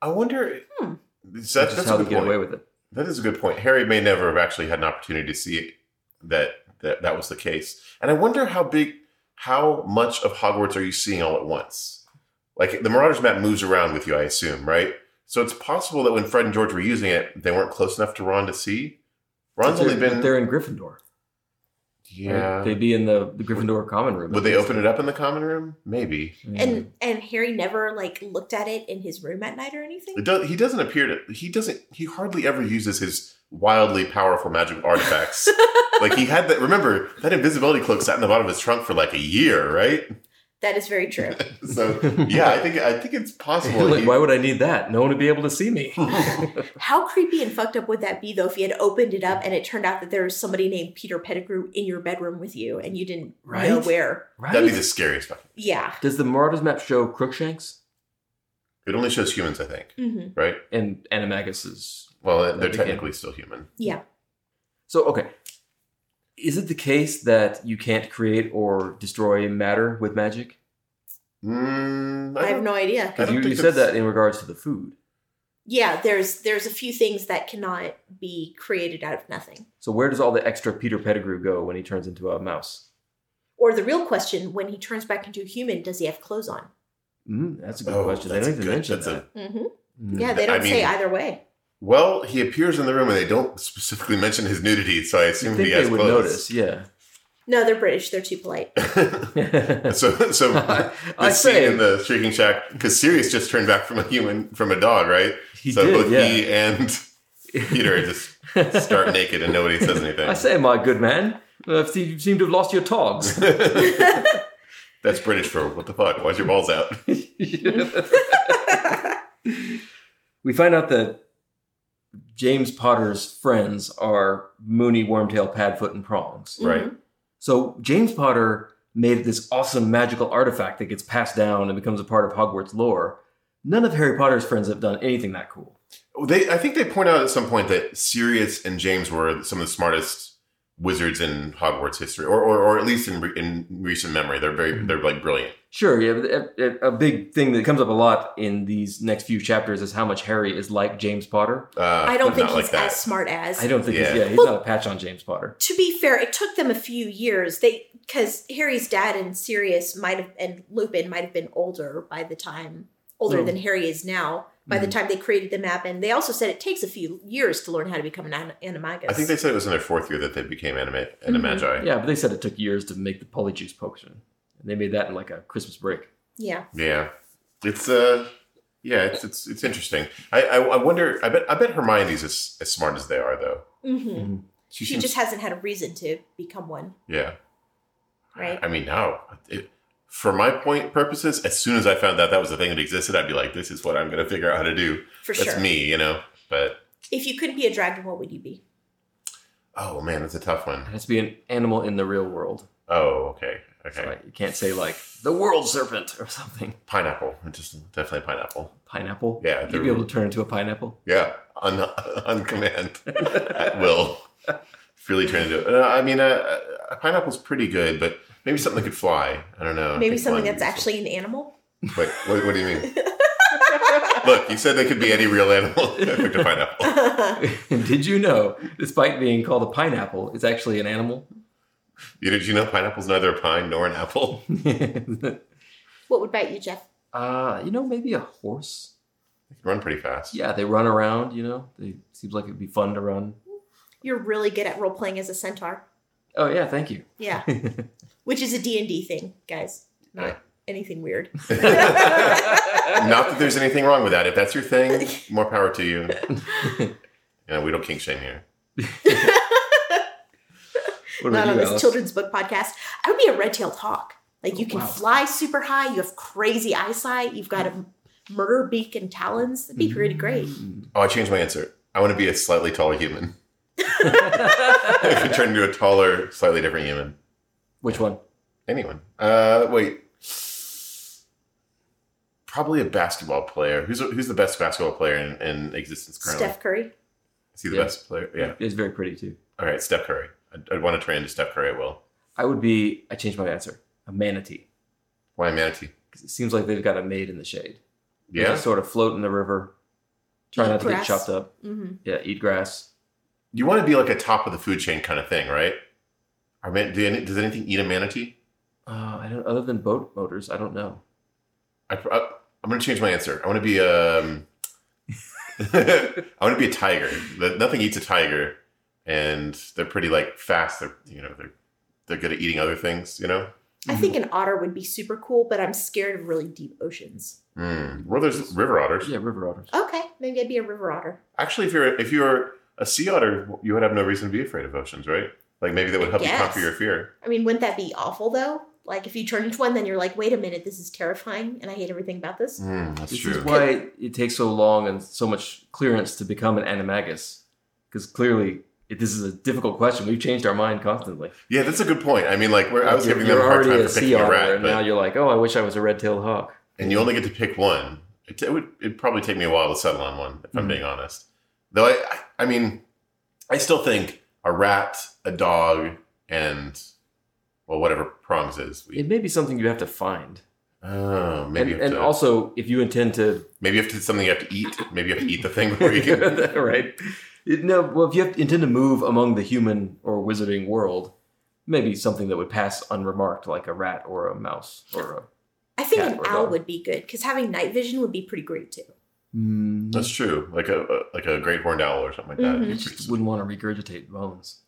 [SPEAKER 3] I wonder.
[SPEAKER 2] Hmm.
[SPEAKER 3] That's,
[SPEAKER 1] That's
[SPEAKER 3] that's
[SPEAKER 1] just
[SPEAKER 3] a
[SPEAKER 1] how they
[SPEAKER 3] good
[SPEAKER 1] get
[SPEAKER 3] point.
[SPEAKER 1] away with it.
[SPEAKER 3] That is a good point. Harry may never have actually had an opportunity to see it, that that that was the case. And I wonder how big, how much of Hogwarts are you seeing all at once? Like the Marauders map moves around with you, I assume, right? So it's possible that when Fred and George were using it, they weren't close enough to Ron to see. Ron's
[SPEAKER 1] But
[SPEAKER 3] only
[SPEAKER 1] they're- but
[SPEAKER 3] been
[SPEAKER 1] they're in Gryffindor. right?
[SPEAKER 3] yeah.
[SPEAKER 1] they'd be in the, the Gryffindor common room.
[SPEAKER 3] Would they open it up in the common room? Maybe.
[SPEAKER 1] Yeah.
[SPEAKER 2] And and Harry never like looked at it in his room at night or anything.
[SPEAKER 3] It does, he doesn't appear to. He doesn't. He hardly ever uses his wildly powerful magic artifacts. like he had that. Remember that invisibility cloak sat in the bottom of his trunk for like a year, right?
[SPEAKER 2] That is very true.
[SPEAKER 3] So yeah, I think I think it's possible.
[SPEAKER 1] like,
[SPEAKER 3] he-
[SPEAKER 1] why would I need that? No one would be able to see me.
[SPEAKER 2] How creepy and fucked up would that be though if you had opened it up and it turned out that there was somebody named Peter Pettigrew in your bedroom with you and you didn't know
[SPEAKER 1] Right?
[SPEAKER 2] where?
[SPEAKER 1] Right?
[SPEAKER 3] that'd be the scariest. One.
[SPEAKER 2] Yeah.
[SPEAKER 1] Does the Marauders map show Crookshanks
[SPEAKER 3] It only shows humans, I think,
[SPEAKER 2] hmm
[SPEAKER 3] right?
[SPEAKER 1] and Animagus is
[SPEAKER 3] Well,
[SPEAKER 1] That'd
[SPEAKER 3] they're
[SPEAKER 1] be
[SPEAKER 3] technically still human.
[SPEAKER 1] So okay, is it the case that you can't create or destroy matter with magic?
[SPEAKER 3] Mm,
[SPEAKER 2] I have
[SPEAKER 3] don't-
[SPEAKER 2] no idea.
[SPEAKER 3] I
[SPEAKER 1] Because
[SPEAKER 3] don't
[SPEAKER 1] you,
[SPEAKER 3] think
[SPEAKER 1] you said
[SPEAKER 3] that's-
[SPEAKER 1] that in regards to the food.
[SPEAKER 2] Yeah, there's there's a few things that cannot be created out of nothing.
[SPEAKER 1] So where does all the extra Peter Pettigrew go when he turns into a mouse?
[SPEAKER 2] Or the real question: When he turns back into a human, does he have clothes on?
[SPEAKER 1] Mm, that's a good
[SPEAKER 3] Oh,
[SPEAKER 1] question. They
[SPEAKER 3] that's
[SPEAKER 1] don't even
[SPEAKER 3] good.
[SPEAKER 1] mention
[SPEAKER 3] That's a-
[SPEAKER 1] that.
[SPEAKER 2] hmm
[SPEAKER 1] Mm.
[SPEAKER 2] Yeah, they don't
[SPEAKER 3] Mm-hmm. I
[SPEAKER 2] say
[SPEAKER 3] mean-
[SPEAKER 2] either way.
[SPEAKER 3] Well, he appears in the room, and they don't specifically mention his nudity, so I
[SPEAKER 1] You'd
[SPEAKER 3] assume
[SPEAKER 1] think
[SPEAKER 3] he has
[SPEAKER 1] they would
[SPEAKER 3] clothes.
[SPEAKER 1] notice. Yeah.
[SPEAKER 2] No, they're British. They're too polite.
[SPEAKER 3] so, so
[SPEAKER 1] I,
[SPEAKER 3] the scene
[SPEAKER 1] say
[SPEAKER 3] in the Shrieking Shack because Sirius just turned back from a human from a dog, right?
[SPEAKER 1] he
[SPEAKER 3] so
[SPEAKER 1] did.
[SPEAKER 3] both
[SPEAKER 1] Yeah.
[SPEAKER 3] he and Peter just start naked and nobody says
[SPEAKER 1] I
[SPEAKER 3] anything.
[SPEAKER 1] say, my good man, uh, you seem to have lost your togs.
[SPEAKER 3] That's British for what the fuck? Why's your balls out?
[SPEAKER 1] we find out that James Potter's friends are Mooney, Wormtail, Padfoot, and Prongs.
[SPEAKER 3] Right.
[SPEAKER 2] Mhm.
[SPEAKER 1] So James Potter made this awesome magical artifact that gets passed down and becomes a part of Hogwarts lore. None of Harry Potter's friends have done anything that cool.
[SPEAKER 3] They, I think they point out at some point that Sirius and James were some of the smartest wizards in Hogwarts history, or or, or at least in re- in recent memory. They're very they're like brilliant.
[SPEAKER 1] Sure, yeah, but a, a- a big thing that comes up a lot in these next few chapters is how much Harry is like James Potter.
[SPEAKER 3] Uh,
[SPEAKER 2] I don't
[SPEAKER 3] but
[SPEAKER 2] think
[SPEAKER 3] not
[SPEAKER 2] he's
[SPEAKER 3] like that.
[SPEAKER 2] as smart as.
[SPEAKER 1] I don't think he's,
[SPEAKER 3] Yeah.
[SPEAKER 1] yeah, he's not a patch on James Potter.
[SPEAKER 2] to be fair, it took them a few years. They because Harry's dad and Sirius might have and Lupin might have been older by the time older
[SPEAKER 1] Mm.
[SPEAKER 2] than Harry is now. By the
[SPEAKER 3] mm-hmm.
[SPEAKER 1] Mhm.
[SPEAKER 2] time they created the map, and they also said it takes a few years to learn how to become an an- animagus.
[SPEAKER 3] I think they said it was in their fourth year that they became anime animagi.
[SPEAKER 1] Yeah, but they said it took years to make the Polyjuice potion. And they made that in like a Christmas break.
[SPEAKER 2] yeah.
[SPEAKER 3] Yeah, it's uh, yeah, it's it's, it's interesting. I, I I wonder. I bet I bet Hermione's as, as smart as they are, though. Mm-hmm.
[SPEAKER 2] hmm
[SPEAKER 3] She,
[SPEAKER 2] She
[SPEAKER 3] seems-
[SPEAKER 2] just hasn't had a reason to become one,
[SPEAKER 3] yeah.
[SPEAKER 2] right?
[SPEAKER 3] I mean, now it, for my point purposes, as soon as I found out that was a thing that existed, I'd be like, this is what I'm going to figure out how to do.
[SPEAKER 2] For
[SPEAKER 3] That's
[SPEAKER 2] sure.
[SPEAKER 3] me, you know. But
[SPEAKER 2] If you couldn't be a dragon, what would you be?
[SPEAKER 3] oh man, that's a
[SPEAKER 1] It
[SPEAKER 3] tough one.
[SPEAKER 1] has to be an animal in the real world.
[SPEAKER 3] Oh, okay, okay.
[SPEAKER 1] So like, you can't say like the world serpent or something.
[SPEAKER 3] Pineapple, just definitely pineapple.
[SPEAKER 1] Pineapple.
[SPEAKER 3] Yeah,
[SPEAKER 1] You'd
[SPEAKER 3] they're-
[SPEAKER 1] be able to turn into a pineapple.
[SPEAKER 3] Yeah, on on command at will. Really trying to do it. Uh, I mean, uh, a pineapple's pretty good, but maybe something that could fly. I don't know. I
[SPEAKER 2] Maybe
[SPEAKER 3] think
[SPEAKER 2] something
[SPEAKER 3] flying would
[SPEAKER 2] that's
[SPEAKER 3] be useful.
[SPEAKER 2] actually an animal.
[SPEAKER 3] Wait, what, what do you mean? Look, you said they could be any real animal. I picked a pineapple.
[SPEAKER 1] Did you know, despite being called a pineapple, it's actually an animal?
[SPEAKER 3] You, did you know pineapple's neither a pine nor an apple?
[SPEAKER 4] What would bite you, Jeff?
[SPEAKER 1] uh, you know, maybe a horse.
[SPEAKER 3] They can run pretty fast.
[SPEAKER 1] Yeah, they run around. You know, they seems like it'd be fun to run.
[SPEAKER 2] You're really good at role playing as a centaur.
[SPEAKER 1] Oh yeah, thank you.
[SPEAKER 2] Yeah. Which is a D&D thing, guys. Not
[SPEAKER 3] Yeah.
[SPEAKER 2] anything weird.
[SPEAKER 3] Not that there's anything wrong with that. If that's your thing, more power to you. Yeah, we don't kink shame here.
[SPEAKER 1] What
[SPEAKER 2] Not
[SPEAKER 1] about
[SPEAKER 2] on
[SPEAKER 1] you,
[SPEAKER 2] this
[SPEAKER 1] Alice?
[SPEAKER 2] children's book podcast. I would be a red-tailed hawk. Like you
[SPEAKER 1] Oh,
[SPEAKER 2] can
[SPEAKER 1] wow.
[SPEAKER 2] fly super high, you have crazy eyesight, you've got a murder beak and talons.
[SPEAKER 1] Mm-hmm.
[SPEAKER 2] That'd be pretty great.
[SPEAKER 1] Mm.
[SPEAKER 3] Oh, I changed my answer. I want to be a slightly taller human. I could turn into a taller, slightly different human.
[SPEAKER 1] Which one?
[SPEAKER 3] Anyone. Uh, wait. Probably a basketball player. Who's who's the best basketball player in, in existence currently?
[SPEAKER 2] Steph Curry.
[SPEAKER 3] Is he the
[SPEAKER 1] Yeah.
[SPEAKER 3] best player? Yeah.
[SPEAKER 1] It's very pretty too.
[SPEAKER 3] All right, Steph Curry. I'd, I'd want to turn into Steph Curry. I will.
[SPEAKER 1] I would be. I changed my answer. A manatee,
[SPEAKER 3] Why a manatee?
[SPEAKER 1] 'Cause it seems like they've got a maid in the shade. They
[SPEAKER 3] Yeah.
[SPEAKER 1] just sort of float in the river, try
[SPEAKER 2] Eat
[SPEAKER 1] not to
[SPEAKER 2] grass.
[SPEAKER 1] get chopped up.
[SPEAKER 2] hmm
[SPEAKER 1] Yeah, eat grass.
[SPEAKER 3] You want to be like a top of the food chain kind of thing, right? Are man- do any, does anything eat a manatee?
[SPEAKER 1] Uh, I don't. Other than boat motors, I don't know.
[SPEAKER 3] I, I, I'm going to change my answer. I want to be um, I want to be a tiger. The, nothing eats a tiger, and they're pretty like fast. They're you know they're they're good at eating other things. You know,
[SPEAKER 2] I think an otter would be super cool, but I'm scared of really deep oceans.
[SPEAKER 3] mm. well, there's river otters.
[SPEAKER 1] Yeah, river otters.
[SPEAKER 2] Okay, maybe I'd be a river otter.
[SPEAKER 3] Actually, if you're if you're a sea otter, you would have no reason to be afraid of oceans, right? Like maybe that would help you
[SPEAKER 2] Yes.
[SPEAKER 3] conquer your fear.
[SPEAKER 2] I mean, wouldn't that be awful though? Like if you turn into one, then you're like, wait a minute, this is terrifying, and I hate everything about this.
[SPEAKER 1] Mm-hmm.
[SPEAKER 3] Mm, that's
[SPEAKER 1] this
[SPEAKER 3] true.
[SPEAKER 1] is why it takes so long and so much clearance to become an animagus, because clearly it, this is a difficult question. We've changed our mind constantly.
[SPEAKER 3] yeah, that's a good point. I mean, like where I was
[SPEAKER 1] You're-
[SPEAKER 3] giving them a
[SPEAKER 1] you're
[SPEAKER 3] hard
[SPEAKER 1] already
[SPEAKER 3] time
[SPEAKER 1] a
[SPEAKER 3] for
[SPEAKER 1] sea
[SPEAKER 3] picking a
[SPEAKER 1] otter,
[SPEAKER 3] rat,
[SPEAKER 1] and now
[SPEAKER 3] but,
[SPEAKER 1] you're like, oh, I wish I was a red-tailed hawk.
[SPEAKER 3] and you only get to pick one. It, it would it'd probably take me a while to settle on one, if I'm
[SPEAKER 1] Mhm.
[SPEAKER 3] being honest. Though I, I I mean, I still think a rat, a dog, and well, whatever prongs is.
[SPEAKER 1] It
[SPEAKER 3] We,
[SPEAKER 1] may be something you have to find,
[SPEAKER 3] oh,
[SPEAKER 1] and,
[SPEAKER 3] maybe you have
[SPEAKER 1] and
[SPEAKER 3] to,
[SPEAKER 1] also if you intend to,
[SPEAKER 3] maybe you have to something you have to eat. Maybe you have to eat the thing where you can.
[SPEAKER 1] right? It- No, well, if you have intend to move among the human or wizarding world, maybe something that would pass unremarked, like a rat or a mouse or a.
[SPEAKER 2] I think
[SPEAKER 1] Cat
[SPEAKER 2] an
[SPEAKER 1] or
[SPEAKER 2] owl
[SPEAKER 1] dog.
[SPEAKER 2] would be good because having night vision would be pretty great too.
[SPEAKER 1] Mm,
[SPEAKER 3] That's true. Like a, a like a great horned owl or something like that.
[SPEAKER 1] I
[SPEAKER 3] It'd be pretty
[SPEAKER 1] just wouldn't want to regurgitate bones.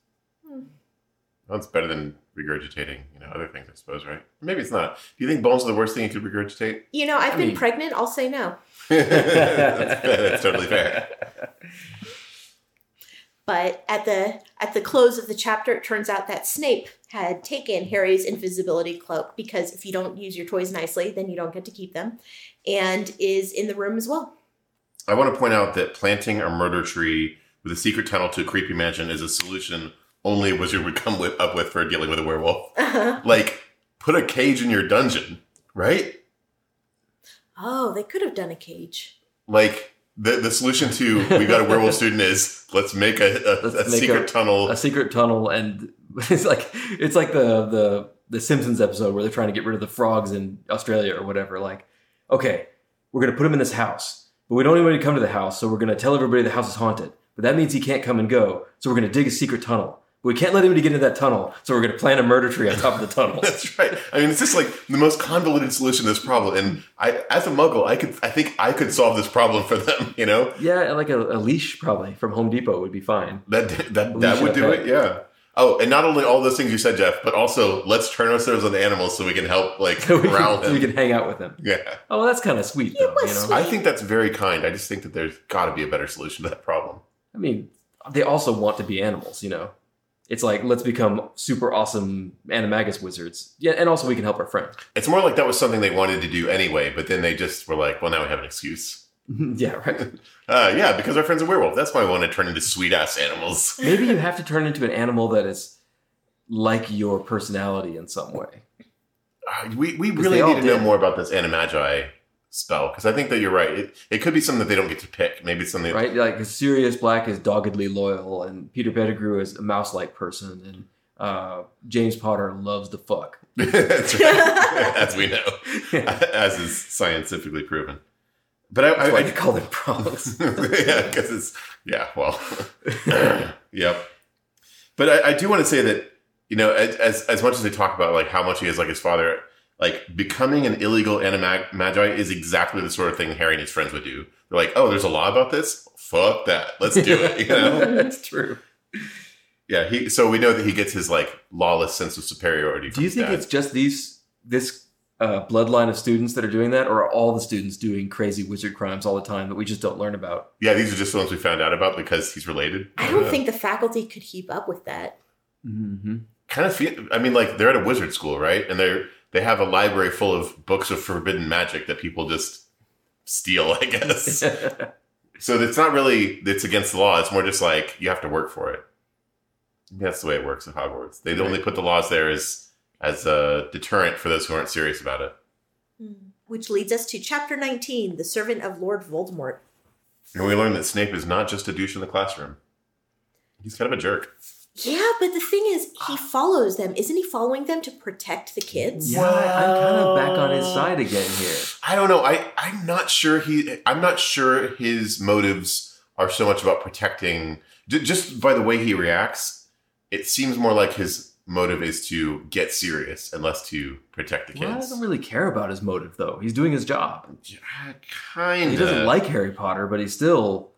[SPEAKER 3] That's better than regurgitating, you know, other things, I suppose, right? Maybe it's not. Do you think bones are the worst thing you could regurgitate?
[SPEAKER 2] You know, I've
[SPEAKER 1] I
[SPEAKER 2] been
[SPEAKER 1] mean-
[SPEAKER 2] pregnant. I'll say no,
[SPEAKER 3] that's, that's totally fair.
[SPEAKER 2] but at the at the close of the chapter, it turns out that Snape had taken Harry's invisibility cloak because if you don't use your toys nicely, then you don't get to keep them, and is in the room as well.
[SPEAKER 3] I want to point out that planting a murder tree with a secret tunnel to a creepy mansion is a solution only a wizard would come with, up with for dealing with a werewolf. Like, put a cage in your dungeon, right?
[SPEAKER 2] oh, they could have done a cage.
[SPEAKER 3] Like, the, the solution to we've got a werewolf student is let's make a, a,
[SPEAKER 1] Let's
[SPEAKER 3] a
[SPEAKER 1] make
[SPEAKER 3] secret
[SPEAKER 1] a-
[SPEAKER 3] tunnel.
[SPEAKER 1] a secret tunnel and it's like it's like the the the Simpsons episode where they're trying to get rid of the frogs in Australia or whatever. Like, okay, we're gonna put him in this house, but we don't want anybody to come to the house, so we're gonna tell everybody the house is haunted. But that means he can't come and go, so we're gonna dig a secret tunnel. But we can't let anybody get into that tunnel, so we're gonna plant a murder tree on top of the tunnel.
[SPEAKER 3] That's right. I mean, it's just like the most convoluted solution to this problem. And I, as a muggle, I could, I think I could solve this problem for them. You know,
[SPEAKER 1] yeah, and like a, a leash probably from Home Depot would be fine.
[SPEAKER 3] that that that
[SPEAKER 1] Alicia
[SPEAKER 3] would do
[SPEAKER 1] Peck.
[SPEAKER 3] it. Yeah. Oh, and not only all those things you said, Jeff, but also let's turn ourselves on animals so we can help like
[SPEAKER 1] So we,
[SPEAKER 3] corral
[SPEAKER 1] can,
[SPEAKER 3] them.
[SPEAKER 1] we can hang out with them.
[SPEAKER 3] yeah,
[SPEAKER 1] Oh, well, that's kind of sweet though.
[SPEAKER 2] was
[SPEAKER 1] you know?
[SPEAKER 2] sweet.
[SPEAKER 3] I think that's very kind. I just think that there's got to be a better solution to that problem.
[SPEAKER 1] I mean, they also want to be animals, you know. It's like let's become super awesome animagus wizards. Yeah, and also we can help our friend.
[SPEAKER 3] It's more like that was something they wanted to do anyway, but then they just were like, well, now we have an excuse.
[SPEAKER 1] yeah, right.
[SPEAKER 3] Uh, yeah, because our friend's a werewolf. That's why I want to turn into sweet ass animals.
[SPEAKER 1] Maybe you have to turn into an animal that is like your personality in some way.
[SPEAKER 3] Uh, we we
[SPEAKER 1] 'Cause
[SPEAKER 3] really
[SPEAKER 1] they all
[SPEAKER 3] need to know
[SPEAKER 1] did.
[SPEAKER 3] more about this animagi spell because I think that you're right. It, it could be something that they don't get to pick. Maybe it's something.
[SPEAKER 1] Right? Like Sirius Black is doggedly loyal and Peter Pettigrew is a mouse-like person and uh, James Potter loves the fuck.
[SPEAKER 3] That's right. As we know, as is scientifically proven. But I, I,
[SPEAKER 1] That's why
[SPEAKER 3] I
[SPEAKER 1] you call them problems.
[SPEAKER 3] yeah, because it's yeah. Well, yep. But I, I do want to say that you know, as as- as much as they talk about like how much he is like his father, like becoming an illegal animag- magi is exactly the sort of thing Harry and his friends would do. They're like, oh, there's a law about this. Fuck that. Let's do it. You know?
[SPEAKER 1] That's true.
[SPEAKER 3] yeah. He. So we know that he gets his like lawless sense of superiority.
[SPEAKER 1] Do you think it's just these this uh, bloodline of students that are doing that, or are all the students doing crazy wizard crimes all the time that we just don't learn about?
[SPEAKER 3] Yeah, these are just the ones we found out about because he's related.
[SPEAKER 4] I don't think the faculty could keep up with that.
[SPEAKER 1] Mm-hmm.
[SPEAKER 3] kind of feel i mean like they're at a wizard school right and they're they have a library full of books of forbidden magic that people just steal i guess so it's not really it's against the law it's more just like you have to work for it that's the way it works at hogwarts they only put the laws there as as a deterrent for those who aren't serious about it
[SPEAKER 2] Which leads us to chapter 19 The Servant of Lord Voldemort.
[SPEAKER 3] and we learned that snape is not just a douche in the classroom he's kind of a jerk
[SPEAKER 2] Yeah, but the thing is, he follows them. Isn't he following them to protect the kids?
[SPEAKER 1] yeah, I'm kind of back on his side again here.
[SPEAKER 3] i don't know i i'm not sure he i'm not sure his motives are so much about protecting ju- just by the way he reacts it seems more like his motive is to get serious and less to protect the
[SPEAKER 1] Well, I
[SPEAKER 3] kids
[SPEAKER 1] don't really care about his motive though. He's doing his job.
[SPEAKER 3] Yeah, kind of
[SPEAKER 1] He doesn't like Harry Potter, but he still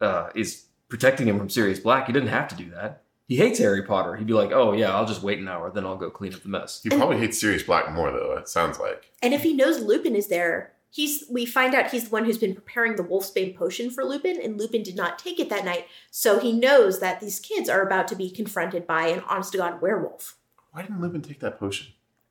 [SPEAKER 1] uh, is protecting him from Sirius Black. He didn't have to do that. He hates Harry Potter. He'd be like, "Oh yeah, I'll just wait an hour, then I'll go clean up the mess."
[SPEAKER 3] he probably hates Sirius Black more though it sounds like
[SPEAKER 2] And if he knows Lupin is there, he's we find out he's the one who's been preparing the Wolfsbane potion for Lupin, and Lupin did not take it that night, so he knows that these kids are about to be confronted by an honest to God werewolf.
[SPEAKER 3] why didn't Lupin take that potion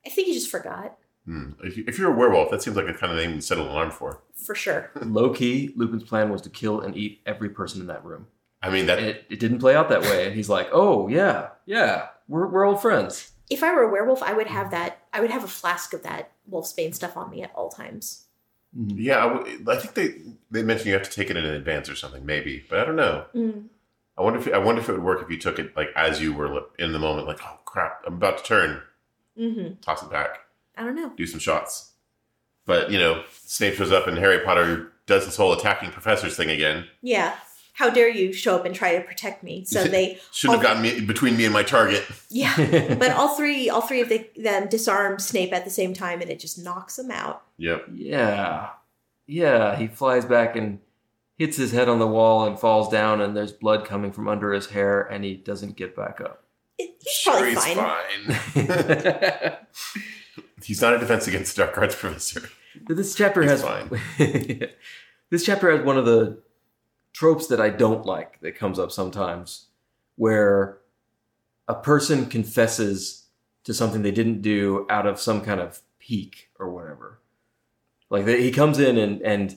[SPEAKER 2] I think he just forgot,
[SPEAKER 3] hmm. if, you, if you're a werewolf that seems like the kind of thing you set an alarm for
[SPEAKER 2] for sure.
[SPEAKER 1] Low key, Lupin's plan was to kill and eat every person in that room.
[SPEAKER 3] I mean that
[SPEAKER 1] And it, it didn't play out that way. And he's like, "Oh yeah, yeah, we're we're old friends."
[SPEAKER 2] If I were a werewolf, I would have that. I would have a flask of that Wolfsbane stuff on me at all times.
[SPEAKER 3] yeah I, w- I think they they mentioned you have to take it in advance or something maybe but I don't know
[SPEAKER 2] Mm.
[SPEAKER 3] I wonder if I wonder if it would work if you took it like as you were li- in the moment, like oh crap, I'm about to turn,
[SPEAKER 2] hmm
[SPEAKER 3] toss it back,
[SPEAKER 2] I don't know.
[SPEAKER 3] do some shots. But you know, Snape shows up and Harry Potter does this whole attacking professors thing again.
[SPEAKER 2] Yeah. How dare you show up and try to protect me? So they,
[SPEAKER 3] Shouldn't have gotten me between me and my target.
[SPEAKER 2] yeah. But all three, all three of the, them disarm Snape at the same time, and it just knocks him out.
[SPEAKER 3] Yep.
[SPEAKER 1] Yeah. Yeah. He flies back and hits his head on the wall and falls down, and there's blood coming from under his hair, and he doesn't get back up.
[SPEAKER 2] It- he's probably
[SPEAKER 3] he's
[SPEAKER 2] fine.
[SPEAKER 3] fine. He's not a defense against dark arts professor.
[SPEAKER 1] this chapter
[SPEAKER 3] He's
[SPEAKER 1] has. this chapter has one of the tropes that I don't like that comes up sometimes, where a person confesses to something they didn't do out of some kind of pique or whatever. Like they, he comes in and and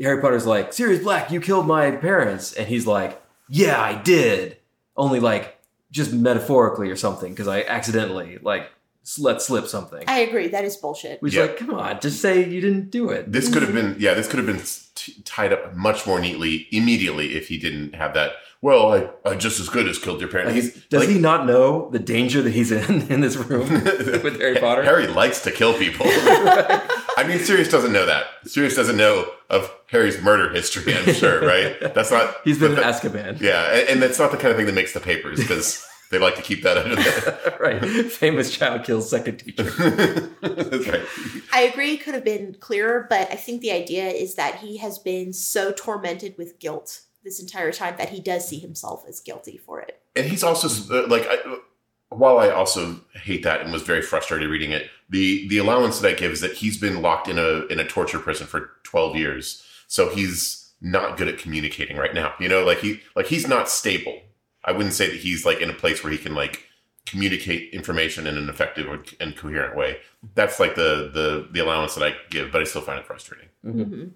[SPEAKER 1] Harry Potter's like, "Sirius Black, you killed my parents," and he's like, "Yeah, I did." Only like just metaphorically or something because I accidentally like s- let slip something.
[SPEAKER 4] I agree.
[SPEAKER 2] That is bullshit.
[SPEAKER 1] Which
[SPEAKER 3] Yeah.
[SPEAKER 1] like, come on, just say you didn't do it.
[SPEAKER 3] This could have
[SPEAKER 2] Mm-hmm.
[SPEAKER 3] been yeah, this could have been t- tied up much more neatly immediately if he didn't have that. Well, I, I'm just as good as killed your parents.
[SPEAKER 1] Like,
[SPEAKER 3] He's,
[SPEAKER 1] does
[SPEAKER 3] like-
[SPEAKER 1] he not know the danger that he's in in this room with Harry Potter?
[SPEAKER 3] Harry likes to kill people. I mean, Sirius doesn't know that. Sirius doesn't know of Harry's murder history. I'm sure, right? That's not.
[SPEAKER 1] he's been in
[SPEAKER 3] but that-
[SPEAKER 1] Azkaban,
[SPEAKER 3] yeah, and, and that's not the kind of thing that makes the papers because they like to keep that under the.
[SPEAKER 1] right? Famous child kills second teacher.
[SPEAKER 3] that's right.
[SPEAKER 2] I agree, it could have been clearer, but I think the idea is that he has been so tormented with guilt this entire time that he does see himself as guilty for it.
[SPEAKER 3] And he's also uh, like, I, while I also hate that and was very frustrated reading it, the the allowance that I give is that he's been locked in a in a torture prison for 12 years, so he's not good at communicating right now. You know, like he like he's not stable. I wouldn't say that he's like in a place where he can like communicate information in an effective or- and coherent way. That's like the the the allowance that I give, but I still find it frustrating.
[SPEAKER 2] Mhm.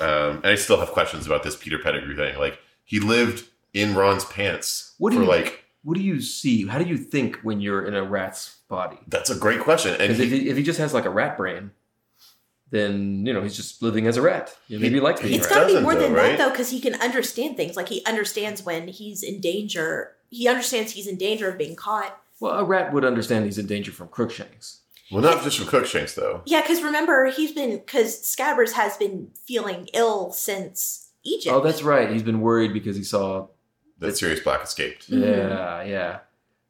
[SPEAKER 3] Um, and I still have questions about this Peter Pettigrew thing. Like he lived in Ron's pants
[SPEAKER 1] What do
[SPEAKER 3] for
[SPEAKER 1] you-
[SPEAKER 3] like
[SPEAKER 1] What do you see? How do you think when you're in a rat's body?
[SPEAKER 3] That's a great question. And
[SPEAKER 1] 'Cause if,
[SPEAKER 3] he,
[SPEAKER 1] he, if he just has like a rat brain, then you know he's just living as a rat. You know, maybe he likes being
[SPEAKER 2] It's
[SPEAKER 1] a
[SPEAKER 3] He
[SPEAKER 1] rat.
[SPEAKER 2] got to be
[SPEAKER 3] doesn't,
[SPEAKER 2] more than
[SPEAKER 3] though,
[SPEAKER 2] that,
[SPEAKER 3] right?
[SPEAKER 2] though, because he can understand things. Like, he understands when he's in danger. He understands he's in danger of being caught.
[SPEAKER 1] Well, a rat would understand he's in danger from Crookshanks.
[SPEAKER 3] Well, not just from Crookshanks, though.
[SPEAKER 2] Yeah, because remember he's been because Scabbers has been feeling ill since Egypt.
[SPEAKER 1] Oh, that's right. He's been worried because he saw.
[SPEAKER 3] That Sirius Black escaped.
[SPEAKER 4] Mhm.
[SPEAKER 1] Yeah, yeah.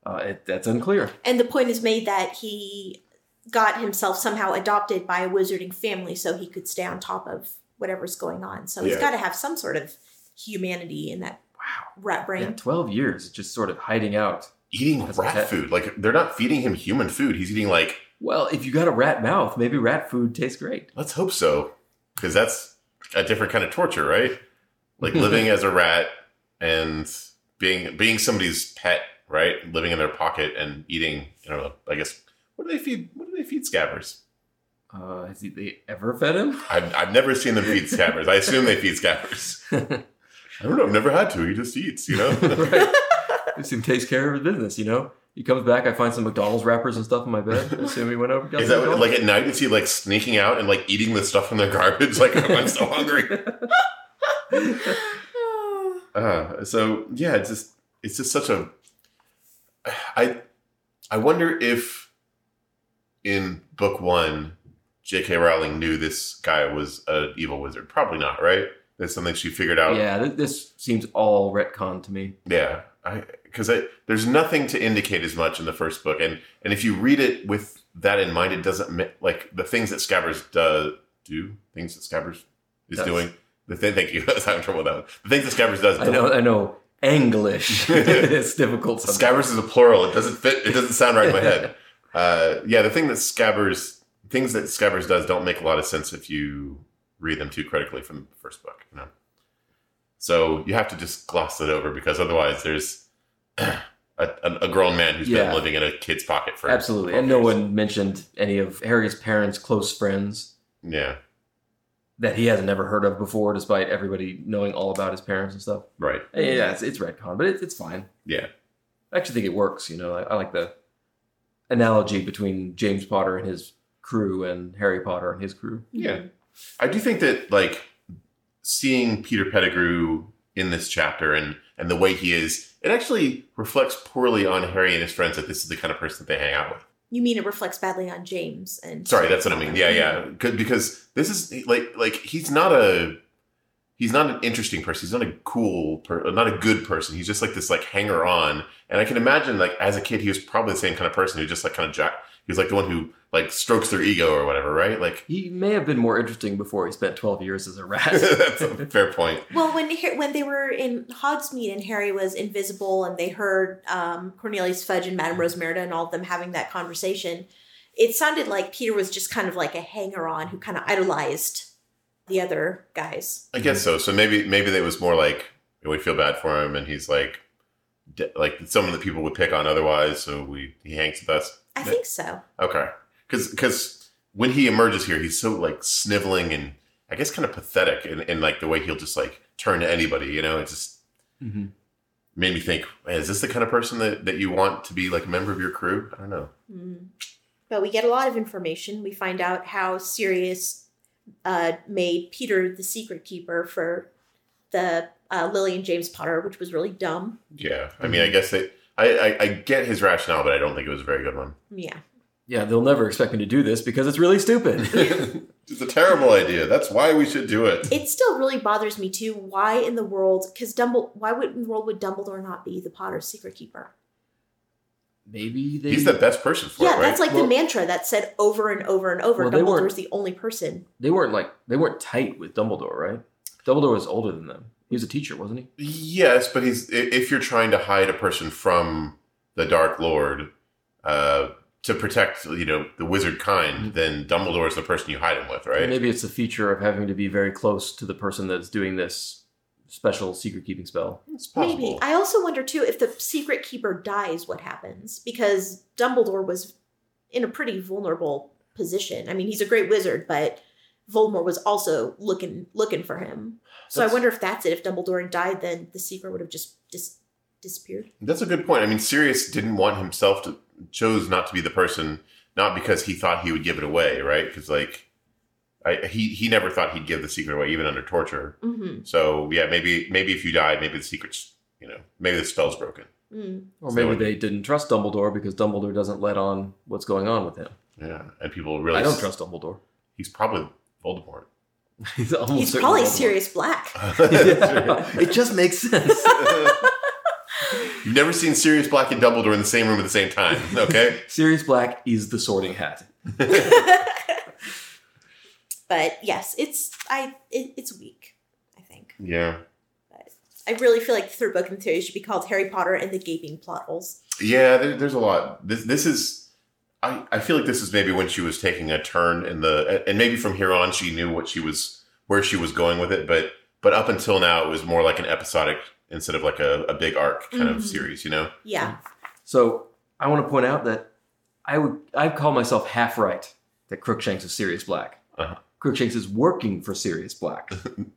[SPEAKER 1] Uh, it, that's unclear.
[SPEAKER 2] And the point is made that he got himself somehow adopted by a wizarding family so he could stay on top of whatever's going on. So he's
[SPEAKER 3] Yeah.
[SPEAKER 2] got to have some sort of humanity in that
[SPEAKER 1] Wow.
[SPEAKER 2] rat brain.
[SPEAKER 1] Yeah, twelve years, just sort of hiding out.
[SPEAKER 3] Eating
[SPEAKER 1] That's
[SPEAKER 3] rat
[SPEAKER 1] okay.
[SPEAKER 3] food. Like, they're not feeding him human food. He's eating, like,
[SPEAKER 1] Well, if you got a rat mouth, maybe rat food tastes great.
[SPEAKER 3] let's hope so. Because that's a different kind of torture, right? Like, living as a rat and being being somebody's pet, right? Living in their pocket and eating, I don't know, I guess, what do they feed? What do they feed scabbers?
[SPEAKER 1] Uh, has he, they ever fed him?
[SPEAKER 3] I've, I've never seen them feed scabbers. I assume they feed scabbers. I don't know. I've never had to. He just eats, you know?
[SPEAKER 1] right. This thing takes care of his business, you know? He comes back, I find some McDonald's wrappers and stuff in my bed. I assume he went over and got
[SPEAKER 3] Is
[SPEAKER 1] some
[SPEAKER 3] that what, like at night? Is he like sneaking out and like eating the stuff from the garbage? Like oh, I'm so hungry.
[SPEAKER 1] McDonald's.
[SPEAKER 3] Uh, so yeah, it's just it's just such a. I I wonder if in book one, J.K. Rowling knew this guy was an evil wizard. Probably not, right? That's something she figured out.
[SPEAKER 1] yeah, this, this seems all retcon to me.
[SPEAKER 3] Yeah, I because I, there's nothing to indicate as much in the first book, and and if you read it with that in mind, it doesn't ma- like the things that Scabbers do, do things that Scabbers is
[SPEAKER 1] Does.
[SPEAKER 3] doing. The thing, thank you, I was having trouble with that. One. The things that Scabbers does.
[SPEAKER 1] I know, I know. English. it's difficult sometimes.
[SPEAKER 3] Scabbers is a plural. It doesn't fit. It doesn't sound right in my head. Uh, yeah, the thing that Scabbers things that Scabbers does don't make a lot of sense if you read them too critically from the first book. You know, so you have to just gloss it over because otherwise there's a, a, a grown man who's
[SPEAKER 1] Yeah.
[SPEAKER 3] been living in a kid's pocket for
[SPEAKER 1] Absolutely.
[SPEAKER 3] 12
[SPEAKER 1] And no
[SPEAKER 3] years.
[SPEAKER 1] one mentioned any of Harry's parents' close friends
[SPEAKER 3] Yeah,
[SPEAKER 1] that he hasn't ever heard of before, despite everybody knowing all about his parents and stuff.
[SPEAKER 3] right.
[SPEAKER 1] Yeah, it's, it's retcon, but it, it's fine.
[SPEAKER 3] Yeah.
[SPEAKER 1] I actually think it works. You know, I, I like the analogy between James Potter and his crew and Harry Potter and his crew.
[SPEAKER 3] Yeah. I do think that like seeing Peter Pettigrew in this chapter and and the way he is, it actually reflects poorly on Harry and his friends that this is the kind of person that they hang out with.
[SPEAKER 2] You mean it reflects badly on James and
[SPEAKER 3] Sorry, that's what I mean. Yeah, yeah. Good because this is like like he's not a he's not an interesting person. He's not a cool per, not a good person. He's just like this like hanger on. And I can imagine like as a kid he was probably the same kind of person who just like kind of jack he was like the one who like strokes their ego or whatever, right? Like
[SPEAKER 1] He may have been more interesting before he spent 12 years as a
[SPEAKER 3] that's
[SPEAKER 1] rat.
[SPEAKER 3] a fair point.
[SPEAKER 2] Well, when Har- when they were in Hogsmeade and Harry was invisible, and they heard um, Cornelius Fudge and Madame Rosmerda and all of them having that conversation, it sounded like Peter was just kind of like a hanger-on who kind of idolized the other guys.
[SPEAKER 3] I guess so. So maybe maybe that was more like we feel bad for him, and he's like de- like someone that people would pick on otherwise. So we he hangs with us.
[SPEAKER 2] I think so.
[SPEAKER 3] Okay, because when he emerges here, he's so like sniveling and I guess kind of pathetic, and in, like the way he'll just like turn to anybody. You know, it just
[SPEAKER 1] Mhm.
[SPEAKER 3] made me think: man, is this the kind of person that that you want to be like a member of your crew? I don't know.
[SPEAKER 2] Mm. But we get a lot of information. We find out how Sirius uh, made Peter the secret keeper for the uh, Lily and James Potter, which was really dumb.
[SPEAKER 3] Yeah, I mean, I guess that I, I I get his rationale, but I don't think it was a very good one.
[SPEAKER 2] Yeah.
[SPEAKER 1] yeah, they'll never expect me to do this because it's really stupid.
[SPEAKER 3] it's a terrible idea. That's why we should do it.
[SPEAKER 2] It still really bothers me too. Why in the world? Because Dumbledore. Why would in the world would Dumbledore not be the Potter's secret keeper?
[SPEAKER 1] Maybe they
[SPEAKER 3] He's the best person for
[SPEAKER 2] yeah,
[SPEAKER 3] it, right?
[SPEAKER 2] that's like
[SPEAKER 1] Well-
[SPEAKER 2] the mantra that's said over and over and over.
[SPEAKER 1] Well, they weren't-
[SPEAKER 2] Dumbledore's the only person.
[SPEAKER 1] they weren't like they weren't tight with Dumbledore, right? Dumbledore was older than them. He was a teacher, wasn't he?
[SPEAKER 3] Yes, but he's i- if you're trying to hide a person from the Dark Lord uh, to protect, you know, the wizard kind, then Dumbledore is the person you hide him with, right?
[SPEAKER 1] Mm-hmm. Maybe it's a feature of having to be very close to the person that's doing this special secret keeping spell.
[SPEAKER 3] It's
[SPEAKER 2] Maybe. I also wonder too if the secret keeper dies, what happens? Because Dumbledore was in a pretty vulnerable position. I mean, he's a great wizard, but Voldemort was also looking looking for him. So I
[SPEAKER 1] That's-
[SPEAKER 2] wonder if that's it. If Dumbledore had died, then the secret would have just dis- disappeared.
[SPEAKER 3] That's a good point. I mean, Sirius didn't want himself to chose not to be the person, not because he thought he would give it away, right? Because like, I, he he never thought he'd give the secret away, even under torture.
[SPEAKER 2] Mm-hmm.
[SPEAKER 3] So yeah, maybe maybe if you died, maybe the secret's, you know, maybe the spell's broken.
[SPEAKER 2] Mm.
[SPEAKER 1] Or
[SPEAKER 3] So
[SPEAKER 1] maybe
[SPEAKER 3] it-
[SPEAKER 1] they didn't trust Dumbledore because Dumbledore doesn't let on what's going on with him.
[SPEAKER 3] Yeah, and people realize
[SPEAKER 1] I don't trust Dumbledore.
[SPEAKER 3] he's probably Voldemort.
[SPEAKER 1] He's almost
[SPEAKER 2] He's
[SPEAKER 1] certainly
[SPEAKER 2] probably
[SPEAKER 1] Voldemort.
[SPEAKER 2] Sirius Black.
[SPEAKER 1] Yeah. it just makes sense.
[SPEAKER 3] You've never seen Sirius Black and Dumbledore in the same room at the same time, okay?
[SPEAKER 1] Sirius Black is the Sorting Hat.
[SPEAKER 2] But
[SPEAKER 5] yes, it's I it, it's weak. I think
[SPEAKER 3] yeah.
[SPEAKER 5] I really feel like the third book in the series should be called Harry Potter and the Gaping Plot Holes.
[SPEAKER 3] Yeah, there, there's a lot. This this is I, I feel like this is maybe when she was taking a turn in the and maybe from here on she knew what she was where she was going with it, but but up until now it was more like an episodic instead of like a, a big arc kind
[SPEAKER 5] Mhm.
[SPEAKER 3] of series, you know?
[SPEAKER 5] Yeah,
[SPEAKER 1] So I want to point out that I would I call myself half right that Crookshanks is Sirius Black.
[SPEAKER 3] Uh-huh.
[SPEAKER 1] Crookshanks is working for Sirius Black.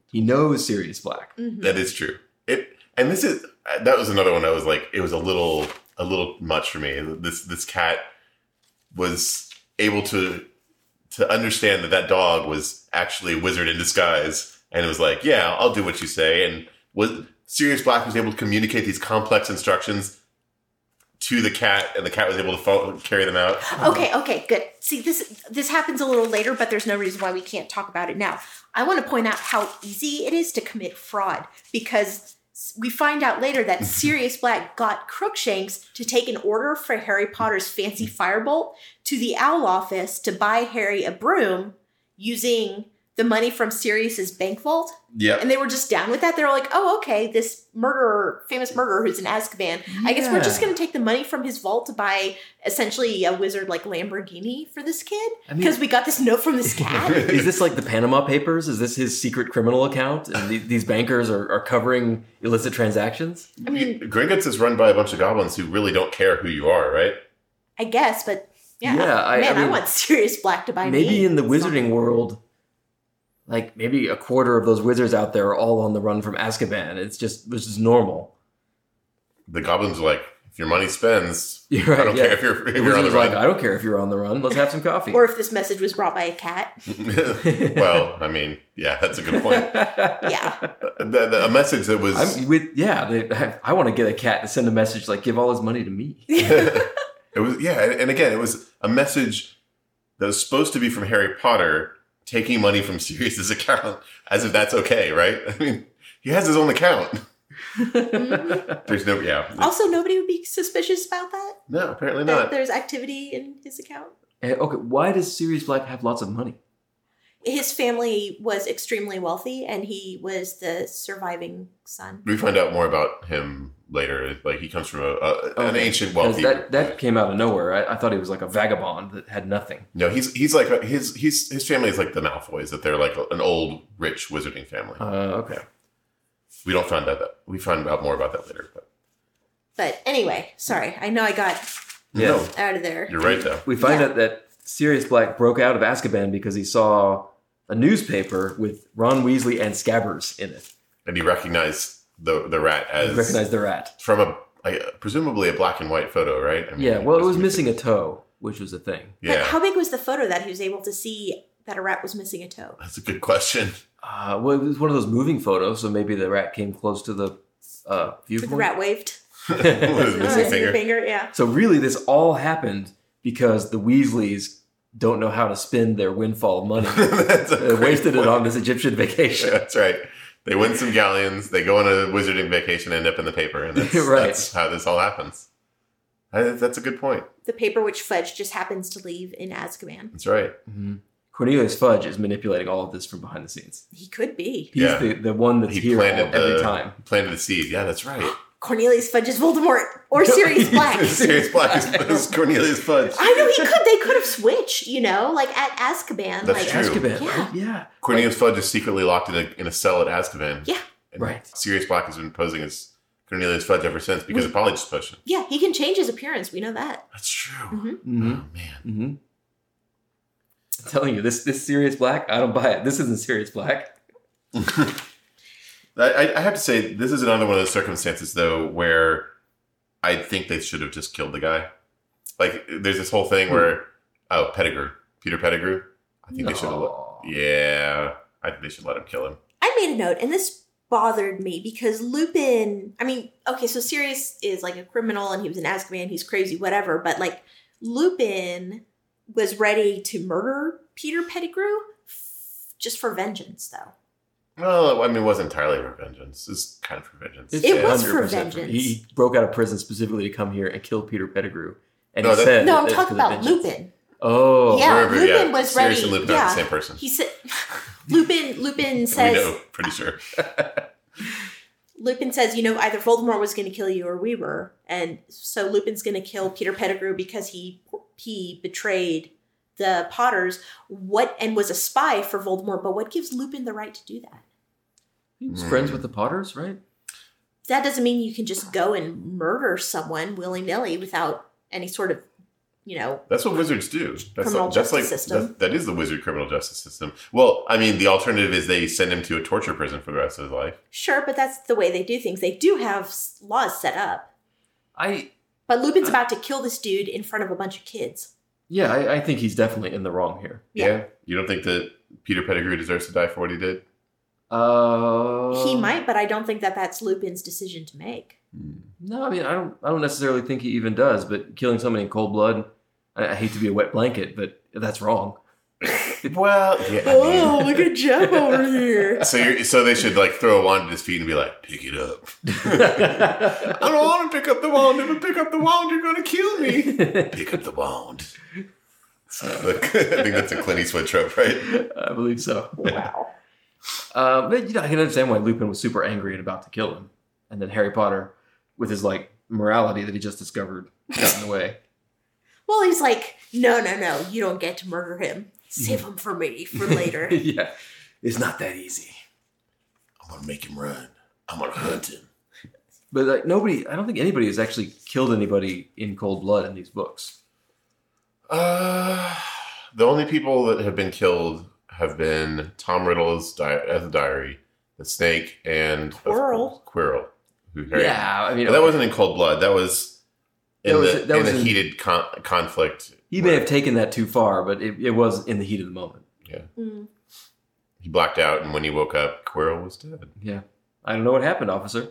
[SPEAKER 1] he knows Sirius Black.
[SPEAKER 5] Mhm.
[SPEAKER 3] That is true. It and this is that was another one I was like it was a little a little much for me. This this cat was able to to understand that that dog was actually a wizard in disguise, and it was like, yeah, I'll do what you say. And was Sirius Black was able to communicate these complex instructions to the cat, and the cat was able to follow, carry them out.
[SPEAKER 1] Uh-huh.
[SPEAKER 2] Okay, okay, good. See, this this happens a little later, but there's no reason why we can't talk about it now. I want to point out how easy it is to commit fraud because we find out later that Sirius Black got Crookshanks to take an order for Harry Potter's fancy firebolt to the Owl office to buy Harry a broom using the money from Sirius's bank vault.
[SPEAKER 3] Yeah,
[SPEAKER 2] And they were just down with that. They were like, oh, okay, this murderer, famous murderer who's in Azkaban, I guess we're just
[SPEAKER 1] Yeah.
[SPEAKER 2] going to take the money from his vault to buy essentially a wizard like Lamborghini for this kid
[SPEAKER 1] I mean,
[SPEAKER 2] because we got this note from this cat.
[SPEAKER 1] is this like the Panama Papers? Is this his secret criminal account? And the, these bankers are, are covering illicit transactions?
[SPEAKER 2] I mean-
[SPEAKER 3] Gringotts is run by a bunch of goblins who really don't care who you are, right?
[SPEAKER 2] I guess, but yeah,
[SPEAKER 1] Yeah, I-
[SPEAKER 2] man,
[SPEAKER 1] I
[SPEAKER 2] I,
[SPEAKER 1] mean,
[SPEAKER 2] want Sirius Black to buy me.
[SPEAKER 1] maybe in the
[SPEAKER 2] It's not-
[SPEAKER 1] wizarding world, like maybe a quarter of those wizards out there are all on the run from Azkaban. It's just this is normal.
[SPEAKER 3] The goblins are like, if your money spends,
[SPEAKER 1] You're right.
[SPEAKER 3] I don't
[SPEAKER 1] yeah.
[SPEAKER 3] care if you're, if
[SPEAKER 1] The
[SPEAKER 3] you're on the
[SPEAKER 1] wizard's like,
[SPEAKER 3] run.
[SPEAKER 1] I don't care if you're on the run. Let's have some coffee.
[SPEAKER 2] Or if this message was brought by a cat,
[SPEAKER 3] well, I mean, yeah, that's a good point.
[SPEAKER 2] yeah,
[SPEAKER 3] The- the- a message that was
[SPEAKER 1] I'm with yeah. They, I, I want to get a cat to send a message like, give all his money to me.
[SPEAKER 3] it was yeah, and, and again, it was a message that was supposed to be from Harry Potter taking money from Sirius's account as if that's okay, right? I mean, he has his own account.
[SPEAKER 2] Mm-hmm.
[SPEAKER 3] There's no yeah,
[SPEAKER 1] Oh.
[SPEAKER 2] also nobody would be suspicious about that.
[SPEAKER 3] no, apparently
[SPEAKER 2] That
[SPEAKER 3] not.
[SPEAKER 2] there's activity in his account.
[SPEAKER 1] Eh, okay, why does Sirius Black have lots of money?
[SPEAKER 2] His family was extremely wealthy, and he was the surviving son.
[SPEAKER 3] We find out more about him later. Like he comes from a, a an
[SPEAKER 1] Okay.
[SPEAKER 3] ancient
[SPEAKER 1] 'Cause
[SPEAKER 3] wealthy.
[SPEAKER 1] that that came out of nowhere. I, I thought he was like a vagabond that had nothing.
[SPEAKER 3] no, he's he's like a- his he's his family is like the Malfoys. That they're like an old rich wizarding family.
[SPEAKER 1] Uh, okay.
[SPEAKER 3] We don't find out that we find out more about that later. But
[SPEAKER 2] But anyway, sorry, I know I got
[SPEAKER 1] Yes.
[SPEAKER 2] out of there.
[SPEAKER 3] no, you're right though.
[SPEAKER 1] We find
[SPEAKER 2] Yeah.
[SPEAKER 1] out that Sirius Black broke out of Azkaban because he saw a newspaper with Ron Weasley and Scabbers in it.
[SPEAKER 3] And he recognized the the rat
[SPEAKER 1] He
[SPEAKER 3] as
[SPEAKER 1] recognized the rat.
[SPEAKER 3] from a I, presumably a black and white photo, right? I
[SPEAKER 1] Yeah. Well, it was missing a toe, which was a thing.
[SPEAKER 3] Yeah,
[SPEAKER 2] But how big was the photo that he was able to see that a rat was missing a toe?
[SPEAKER 3] that's a good question.
[SPEAKER 1] Uh, well, it was one of those moving photos, so maybe the rat came close to the uh,
[SPEAKER 2] The
[SPEAKER 1] viewpoint.
[SPEAKER 2] rat waved.
[SPEAKER 3] With a
[SPEAKER 2] Oh,
[SPEAKER 3] missing
[SPEAKER 2] missing
[SPEAKER 3] finger.
[SPEAKER 2] finger, yeah.
[SPEAKER 1] so really, this all happened because the Weasleys don't know how to spend their windfall money.
[SPEAKER 3] that's a
[SPEAKER 1] They
[SPEAKER 3] great
[SPEAKER 1] wasted it
[SPEAKER 3] point.
[SPEAKER 1] on this Egyptian vacation.
[SPEAKER 3] That's right. They win some galleons. They go on a wizarding vacation, end up in the paper, and that's,
[SPEAKER 1] Right.
[SPEAKER 3] that's how this all happens. I, that's a good point.
[SPEAKER 2] The paper which Fudge just happens to leave in Azkaban.
[SPEAKER 3] That's right.
[SPEAKER 1] Mhm. Cornelius Fudge is manipulating all of this from behind the scenes.
[SPEAKER 2] He could be.
[SPEAKER 1] He's
[SPEAKER 3] Yeah.
[SPEAKER 1] the, the one that's
[SPEAKER 3] He
[SPEAKER 1] here all,
[SPEAKER 3] planted
[SPEAKER 1] every
[SPEAKER 3] the-
[SPEAKER 1] time.
[SPEAKER 3] Planted the seed. Yeah, that's right.
[SPEAKER 2] Cornelius Fudge is Voldemort or Sirius Black.
[SPEAKER 3] Sirius Black is, is Cornelius Fudge.
[SPEAKER 2] I know he could. They could have switched, you know, like at Azkaban.
[SPEAKER 3] That's
[SPEAKER 2] like,
[SPEAKER 3] true.
[SPEAKER 1] Azkaban,
[SPEAKER 2] Yeah.
[SPEAKER 1] right? Yeah.
[SPEAKER 3] Cornelius Fudge is secretly locked in a, in a cell at Azkaban.
[SPEAKER 2] Yeah.
[SPEAKER 3] And
[SPEAKER 1] Right.
[SPEAKER 3] Sirius Black has been posing as Cornelius Fudge ever since because of Polyjuice Potion.
[SPEAKER 2] Yeah, he can change his appearance. We know that.
[SPEAKER 3] That's true.
[SPEAKER 2] Mhm.
[SPEAKER 1] hmm
[SPEAKER 3] Oh, man.
[SPEAKER 1] hmm I'm telling you, this this Sirius Black, I don't buy it. This isn't Sirius Black.
[SPEAKER 3] I, I- I have to say, this is another one of those circumstances, though, where I think they should have just killed the guy. Like, there's this whole
[SPEAKER 2] Hmm.
[SPEAKER 3] thing where, oh, Pettigrew, Peter Pettigrew. I think they should have. let-
[SPEAKER 1] No.
[SPEAKER 3] Yeah, I think they should let him kill him.
[SPEAKER 2] I made a note, and this bothered me because Lupin. I mean, okay, so Sirius is like a criminal, and he was in Azkaban. He's crazy, whatever. But like Lupin was ready to murder Peter Pettigrew f- just for vengeance, though.
[SPEAKER 3] Well, I mean, it wasn't entirely for vengeance. It's kind of for vengeance.
[SPEAKER 1] It's
[SPEAKER 2] It was for
[SPEAKER 1] 100%
[SPEAKER 2] vengeance.
[SPEAKER 1] He broke out of prison specifically to come here and kill Peter Pettigrew. And
[SPEAKER 3] No,
[SPEAKER 1] he
[SPEAKER 3] that-
[SPEAKER 1] said,
[SPEAKER 2] No, I'm
[SPEAKER 1] it's
[SPEAKER 2] talking
[SPEAKER 1] because of
[SPEAKER 2] about
[SPEAKER 1] vengeance.
[SPEAKER 2] Lupin.
[SPEAKER 1] Oh,
[SPEAKER 2] Yeah,
[SPEAKER 3] Remember,
[SPEAKER 2] Lupin was
[SPEAKER 3] Sirius
[SPEAKER 2] ready.
[SPEAKER 3] and Lupin
[SPEAKER 2] Yeah.
[SPEAKER 3] are the same person.
[SPEAKER 2] He said, Lupin. Lupin
[SPEAKER 3] we
[SPEAKER 2] says,
[SPEAKER 3] know, pretty sure.
[SPEAKER 2] Lupin says, you know, either Voldemort was going to kill you or we were, and so Lupin's going to kill Peter Pettigrew because he he betrayed the Potters. What and was a spy for Voldemort, but what gives Lupin the right to do that?
[SPEAKER 1] he was
[SPEAKER 3] Mm.
[SPEAKER 1] friends with the Potters, right?
[SPEAKER 2] That doesn't mean you can just go and murder someone willy nilly without any sort of, you know,
[SPEAKER 3] That's what wizards do. That's
[SPEAKER 2] Criminal
[SPEAKER 3] like, that's
[SPEAKER 2] justice
[SPEAKER 3] like
[SPEAKER 2] system.
[SPEAKER 3] That, that is the wizard criminal justice system. Well, I mean, the alternative is they send him to a torture prison for the rest of his life.
[SPEAKER 2] sure, but that's the way they do things. They do have s- laws set up,
[SPEAKER 1] I
[SPEAKER 2] but Lupin's about to kill this dude in front of a bunch of kids.
[SPEAKER 1] yeah, I, I think he's definitely in the wrong here.
[SPEAKER 2] Yeah.
[SPEAKER 3] You don't think that Peter Pettigrew deserves to die for what he did?
[SPEAKER 1] Uh,
[SPEAKER 2] he might, but I don't think that that's Lupin's decision to make.
[SPEAKER 3] Mm.
[SPEAKER 1] No, I mean, I don't. I don't necessarily think he even does. But killing somebody in cold blood, I, I hate to be a wet blanket, but that's wrong.
[SPEAKER 3] Well, yeah. I mean-
[SPEAKER 2] Oh, look at Jeff over here.
[SPEAKER 3] so you're, so they should like throw a wand at his feet and be like, pick it up.
[SPEAKER 1] I
[SPEAKER 3] I don't want to pick up the wand. If I pick up the wand, you're gonna kill me. pick up the wand. Look, I think that's a Clint Eastwood trope, right?
[SPEAKER 1] believe so.
[SPEAKER 2] Wow.
[SPEAKER 1] Uh, but you know, I can understand why Lupin was super angry and about to kill him, and then Harry Potter, with his like morality that he just discovered, got in the way.
[SPEAKER 2] Well, he's like, no, no, no, you don't get to murder him. Save him for me for later.
[SPEAKER 1] yeah, it's not that easy.
[SPEAKER 3] I'm gonna make him run. I'm gonna hunt him.
[SPEAKER 1] But like nobody, I don't think anybody has actually killed anybody in cold blood in these books.
[SPEAKER 3] Uh, the only people that have been killed have been Tom Riddle's di- as a diary, the snake, and of
[SPEAKER 2] Quirrell.
[SPEAKER 3] course, Quirrell, who Harry.
[SPEAKER 1] Yeah, I mean,
[SPEAKER 3] But that wasn't in cold blood. That was in
[SPEAKER 1] That was-
[SPEAKER 3] the,
[SPEAKER 1] that
[SPEAKER 3] in
[SPEAKER 1] was
[SPEAKER 3] the
[SPEAKER 1] in-
[SPEAKER 3] heated con- conflict.
[SPEAKER 1] He
[SPEAKER 3] where
[SPEAKER 1] may have taken that too far, but it, it was in the heat of the moment.
[SPEAKER 2] Mm.
[SPEAKER 3] he blacked out, and when he woke up, Quirrell was dead.
[SPEAKER 1] Yeah. I don't know what happened, officer.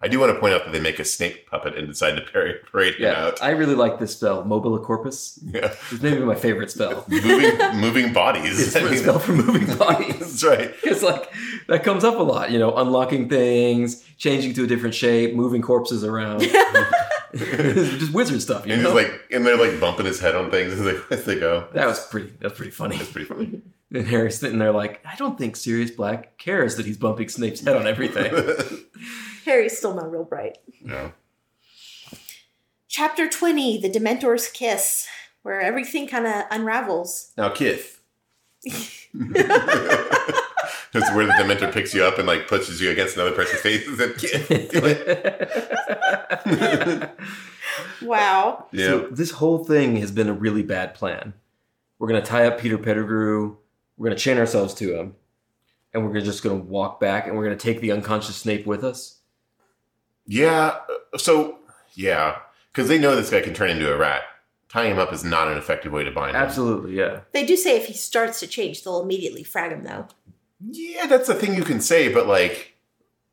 [SPEAKER 3] I do want to point out that they make a snake puppet and decide to parry, parade him
[SPEAKER 1] Yeah.
[SPEAKER 3] out.
[SPEAKER 1] I really like this spell, Mobile Corpus.
[SPEAKER 3] Yeah,
[SPEAKER 1] It's maybe my favorite spell.
[SPEAKER 3] moving moving
[SPEAKER 1] It's
[SPEAKER 3] bodies. I
[SPEAKER 1] a
[SPEAKER 3] mean,
[SPEAKER 1] spell for moving bodies.
[SPEAKER 3] that's right.
[SPEAKER 1] Because, like, that comes up a lot, you know, unlocking things, changing to a different shape, moving corpses around. Just wizard stuff, you
[SPEAKER 3] And
[SPEAKER 1] know?
[SPEAKER 3] he's like, and they're like bumping his head on things as they, as they go.
[SPEAKER 1] that was pretty, that was pretty funny.
[SPEAKER 3] That's pretty funny.
[SPEAKER 1] And Harry's sitting there like, I don't think Sirius Black cares that he's bumping Snape's head on everything.
[SPEAKER 2] Harry's still not real bright.
[SPEAKER 3] no.
[SPEAKER 2] Chapter 20 The Dementor's Kiss, where everything kind of unravels.
[SPEAKER 3] Now Kith. That's where the Dementor picks you up and like pushes you against another person's face and says, Kith, do it.
[SPEAKER 2] Wow.
[SPEAKER 3] Yeah.
[SPEAKER 1] So this whole thing has been a really bad plan. We're gonna tie up Peter Pettigrew. We're gonna chain ourselves to him, and we're gonna just gonna walk back, and we're gonna take the unconscious Snape with us.
[SPEAKER 3] yeah. uh, So yeah, because they know this guy can turn into a rat. Tying him up is not an effective way to bind him.
[SPEAKER 1] Absolutely, yeah.
[SPEAKER 2] They do say if he starts to change, they'll immediately frag him, though.
[SPEAKER 3] Yeah, that's a thing you can say, but like,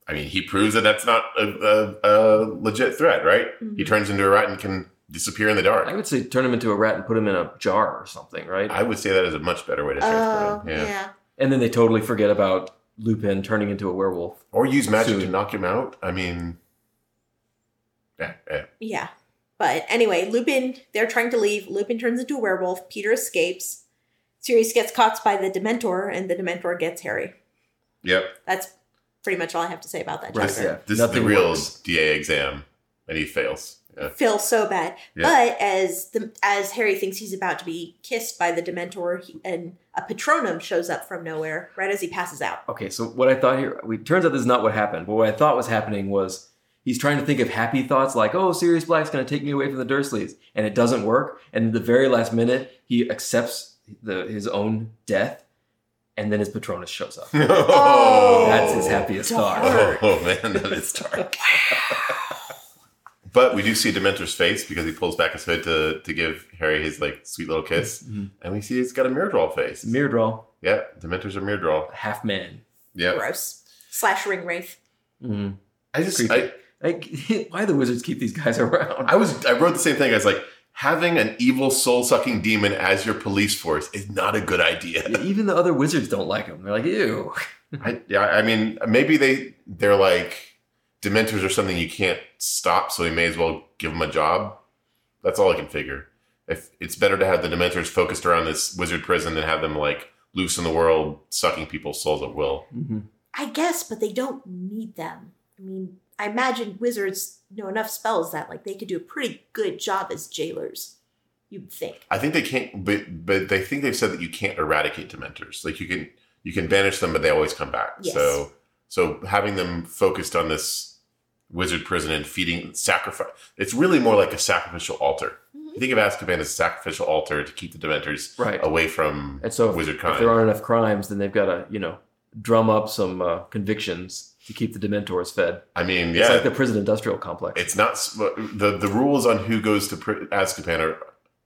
[SPEAKER 3] I mean, he proves that that's not a, a, a legit threat, right?
[SPEAKER 2] Mm.
[SPEAKER 3] He turns into a rat and can disappear in the dark.
[SPEAKER 1] I would say turn him into a rat and put him in a jar or something, right?
[SPEAKER 3] I would say that is a much better way to
[SPEAKER 2] Oh,
[SPEAKER 3] transport him. Yeah.
[SPEAKER 1] and then they totally forget about Lupin turning into a werewolf.
[SPEAKER 3] Or use magic
[SPEAKER 1] Soon.
[SPEAKER 3] to knock him out. I mean, yeah, yeah.
[SPEAKER 2] Yeah. But anyway, Lupin, they're trying to leave. Lupin turns into a werewolf. Peter escapes. Sirius gets caught by the Dementor, and the Dementor gets Harry.
[SPEAKER 3] Yep.
[SPEAKER 2] That's pretty much all I have to say about that
[SPEAKER 1] Right,
[SPEAKER 2] chapter.
[SPEAKER 1] yeah.
[SPEAKER 3] This is
[SPEAKER 1] Nothing
[SPEAKER 3] the real
[SPEAKER 1] works.
[SPEAKER 3] DA exam, and he fails. Yeah.
[SPEAKER 2] Feel so bad.
[SPEAKER 3] Yeah.
[SPEAKER 2] But as the as Harry thinks he's about to be kissed by the Dementor, he, and a Patronum shows up from nowhere right as he passes out.
[SPEAKER 1] Okay, so what I thought here, we, turns out this is not what happened. But what I thought was happening was he's trying to think of happy thoughts like, oh, Sirius Black's going to take me away from the Dursleys. And it doesn't work. And at the very last minute, he accepts the, his own death. And then his Patronus shows up.
[SPEAKER 3] Oh,
[SPEAKER 1] That's his happiest thought.
[SPEAKER 3] Oh, man, that is dark. but we do see Dementor's face because he pulls back his hood to, to give Harry his like sweet little kiss,
[SPEAKER 1] Mhm.
[SPEAKER 3] and we see he's got a mirror doll face.
[SPEAKER 1] Mirrodol,
[SPEAKER 3] yeah, Dementor's a mirror doll.
[SPEAKER 1] half man.
[SPEAKER 3] Yeah,
[SPEAKER 2] Gross. Slash ring wraith.
[SPEAKER 1] Mm.
[SPEAKER 3] I just
[SPEAKER 1] Creepy.
[SPEAKER 3] I,
[SPEAKER 1] Like, why the wizards keep these guys around?
[SPEAKER 3] I was I wrote the same thing. I was like, having an evil soul sucking demon as your police force is not a good idea.
[SPEAKER 1] Yeah, even the other wizards don't like him. They're like, ew.
[SPEAKER 3] I, yeah, I mean, maybe they they're like dementors or something you can't stop, so we may as well give them a job. That's all I can figure. If it's better to have the dementors focused around this wizard prison than have them like loose in the world, sucking people's souls at will.
[SPEAKER 1] Mhm.
[SPEAKER 4] I guess, but they don't need them. I mean, I imagine wizards know enough spells that like they could do a pretty good job as jailers. You'd think.
[SPEAKER 3] I think they can't, but but they think they've said that you can't eradicate dementors. Like you can you can banish them, but they always come back.
[SPEAKER 4] Yes.
[SPEAKER 3] So so having them focused on this wizard prison and feeding sacrifice, it's really more like a sacrificial altar.
[SPEAKER 4] Mhm.
[SPEAKER 3] You think of Azkaban as a sacrificial altar to keep the dementors
[SPEAKER 1] Right.
[SPEAKER 3] away from
[SPEAKER 1] And so if,
[SPEAKER 3] wizard
[SPEAKER 1] if there
[SPEAKER 3] con.
[SPEAKER 1] aren't enough crimes, then they've got to, you know, drum up some uh, convictions to keep the Dementors fed.
[SPEAKER 3] I mean,
[SPEAKER 1] It's
[SPEAKER 3] yeah,
[SPEAKER 1] like the prison industrial complex.
[SPEAKER 3] it's not s- the the rules on who goes to pr- Azkaban are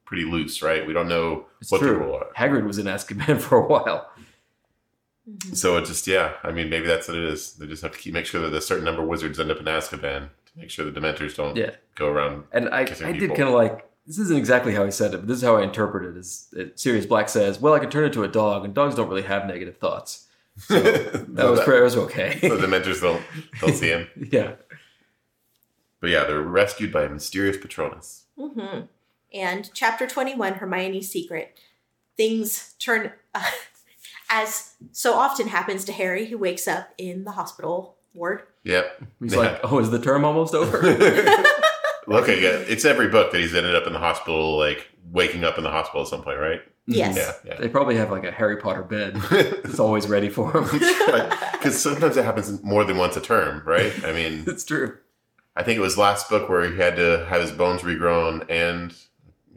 [SPEAKER 3] pretty loose, right? We don't know
[SPEAKER 1] It's
[SPEAKER 3] what the
[SPEAKER 1] true.
[SPEAKER 3] rule are.
[SPEAKER 1] Hagrid was in Azkaban for a while.
[SPEAKER 2] Mm-hmm.
[SPEAKER 3] So it just yeah, I mean maybe that's what it is. They just have to keep make sure that a certain number of wizards end up in Azkaban to make sure the Dementors don't
[SPEAKER 1] Yeah.
[SPEAKER 3] go around.
[SPEAKER 1] And I,
[SPEAKER 3] Kissing
[SPEAKER 1] I did
[SPEAKER 3] people.
[SPEAKER 1] kind of like, this isn't exactly how he said it, but this is how I interpreted it. Is it Sirius Black says, well, I could turn into a dog, and dogs don't really have negative thoughts. That
[SPEAKER 3] So
[SPEAKER 1] was,
[SPEAKER 3] that-
[SPEAKER 1] that, was okay.
[SPEAKER 3] so the Dementors they'll they'll see him.
[SPEAKER 1] yeah.
[SPEAKER 3] But yeah, they're rescued by a mysterious Patronus.
[SPEAKER 2] Mm-hmm.
[SPEAKER 4] And chapter 21, Hermione's Secret. Things turn
[SPEAKER 2] uh, As so often happens to Harry, who wakes up in the hospital ward.
[SPEAKER 3] Yep.
[SPEAKER 1] He's
[SPEAKER 3] Yeah.
[SPEAKER 1] like, oh, is the term almost over?
[SPEAKER 3] okay, yeah, it's every book that he's ended up in the hospital, like waking up in the hospital at some point, right?
[SPEAKER 4] Yes.
[SPEAKER 3] Yeah, yeah.
[SPEAKER 1] They probably have like a Harry Potter bed that's always ready for him.
[SPEAKER 3] Because sometimes it happens more than once a term, right? I mean,
[SPEAKER 1] it's true.
[SPEAKER 3] I think it was last book where he had to have his bones regrown, and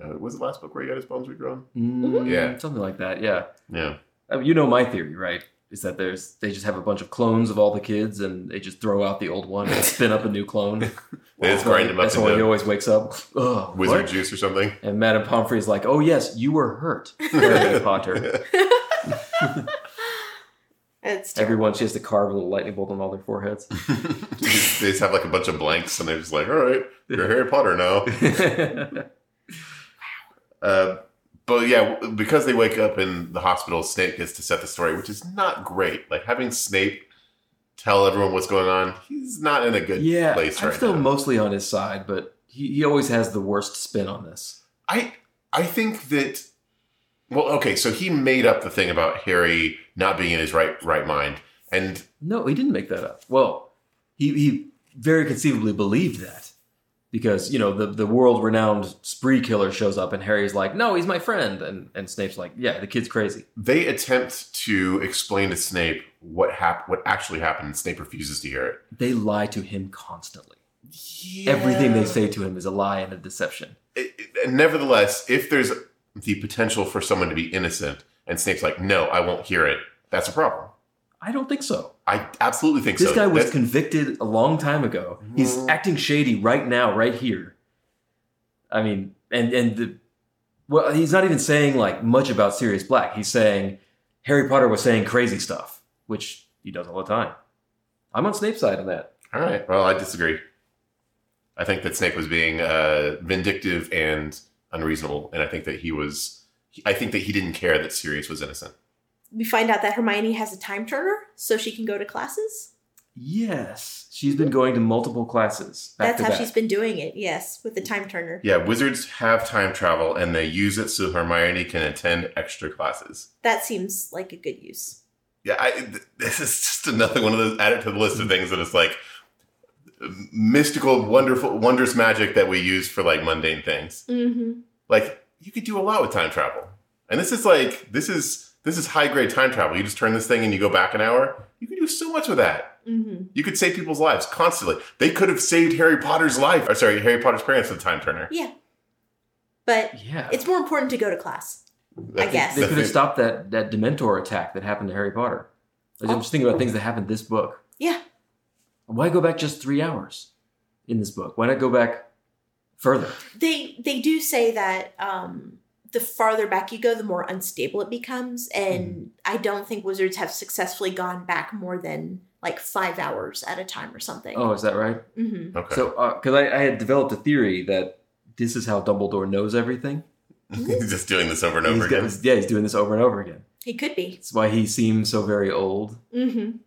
[SPEAKER 3] uh, was it last book where he got his bones regrown?
[SPEAKER 1] Mm,
[SPEAKER 3] Yeah.
[SPEAKER 1] Something like that. Yeah.
[SPEAKER 3] Yeah,
[SPEAKER 1] I mean, you know my theory, right? Is that there's they just have a bunch of clones of all the kids, and they just throw out the old one and spin up a new clone.
[SPEAKER 3] they just
[SPEAKER 1] So
[SPEAKER 3] grind him up
[SPEAKER 1] That's why he
[SPEAKER 3] into
[SPEAKER 1] always wakes up. Ugh,
[SPEAKER 3] wizard
[SPEAKER 1] what?
[SPEAKER 3] juice or something.
[SPEAKER 1] And Madame Pomfrey's like, "Oh yes, you were hurt, Harry Potter."
[SPEAKER 2] It's terrible.
[SPEAKER 1] Everyone, she has to carve a little lightning bolt on all their foreheads.
[SPEAKER 3] they just have like a bunch of blanks, and they're just like, "All right, you're Harry Potter now." Uh, but yeah, w- because they wake up in the hospital, Snape gets to set the story, which is not great. Like having Snape tell everyone what's going on, he's not in a good
[SPEAKER 1] yeah,
[SPEAKER 3] place
[SPEAKER 1] I'm
[SPEAKER 3] right
[SPEAKER 1] still
[SPEAKER 3] now.
[SPEAKER 1] mostly on his side, but he, he always has the worst spin on this.
[SPEAKER 3] I I think that well, okay, so he made up the thing about Harry not being in his right right mind, and
[SPEAKER 1] No, he didn't make that up. Well, he, he very conceivably believed that because, you know, the, the world renowned spree killer shows up and Harry's like, no, he's my friend. And, and Snape's like, yeah, the kid's crazy.
[SPEAKER 3] they attempt to explain to Snape what hap- what actually happened, and Snape refuses to hear it.
[SPEAKER 1] They lie to him constantly. Everything they say to him is a lie and a deception.
[SPEAKER 3] It- it- nevertheless, if there's the potential for someone to be innocent, and Snape's like, "No, I won't hear it," that's a problem.
[SPEAKER 1] I don't think so.
[SPEAKER 3] I absolutely think
[SPEAKER 1] This
[SPEAKER 3] so.
[SPEAKER 1] guy was
[SPEAKER 3] That's-
[SPEAKER 1] convicted a long time ago. He's
[SPEAKER 3] Mm.
[SPEAKER 1] acting shady right now, right here. I mean, and and the well, he's not even saying like much about Sirius Black. He's saying Harry Potter was saying crazy stuff, which he does all the time. I'm on Snape's side on that.
[SPEAKER 3] all right. Well, I disagree. I think that Snape was being uh, vindictive and unreasonable, and I think that he was. I think that he didn't care that Sirius was innocent.
[SPEAKER 2] We find out that Hermione has a time turner, so she can go to classes.
[SPEAKER 1] Yes, she's been going to multiple classes. Back
[SPEAKER 2] That's
[SPEAKER 1] to
[SPEAKER 2] how
[SPEAKER 1] back.
[SPEAKER 2] she's been doing it. Yes, with the time turner.
[SPEAKER 3] Yeah, wizards have time travel, and they use it so Hermione can attend extra classes.
[SPEAKER 2] That seems like a good use.
[SPEAKER 3] Yeah, I, th- this is just another one of those. Add it to the list of things that it's like mystical, wonderful, wondrous magic that we use for like mundane things.
[SPEAKER 2] Mm-hmm.
[SPEAKER 3] like you could do a lot with time travel and this is like this is this is high grade time travel you just turn this thing and you go back an hour you can do so much with that
[SPEAKER 2] Mm-hmm.
[SPEAKER 3] you could save people's lives constantly they could have saved harry potter's life or sorry harry potter's parents with time turner
[SPEAKER 2] But
[SPEAKER 1] yeah.
[SPEAKER 2] it's more important to go to class. I guess.
[SPEAKER 1] they could have stopped that that Dementor attack that happened to Harry Potter. I am just thinking about things that happened this book.
[SPEAKER 2] Yeah.
[SPEAKER 1] Why go back just three hours in this book? Why not go back further?
[SPEAKER 2] They they do say that um, the farther back you go, the more unstable it becomes, and
[SPEAKER 1] Mm-hmm.
[SPEAKER 2] I don't think wizards have successfully gone back more than like five hours at a time or something.
[SPEAKER 1] Oh, is that right?
[SPEAKER 2] Mm-hmm.
[SPEAKER 3] okay
[SPEAKER 1] So, because I, I had developed a theory that this is how Dumbledore knows everything.
[SPEAKER 3] He's just doing this over and over
[SPEAKER 1] He's got-
[SPEAKER 3] again.
[SPEAKER 1] yeah, he's doing this over and over again.
[SPEAKER 2] He could be.
[SPEAKER 1] That's why he seems so very old.
[SPEAKER 2] Mm-hmm.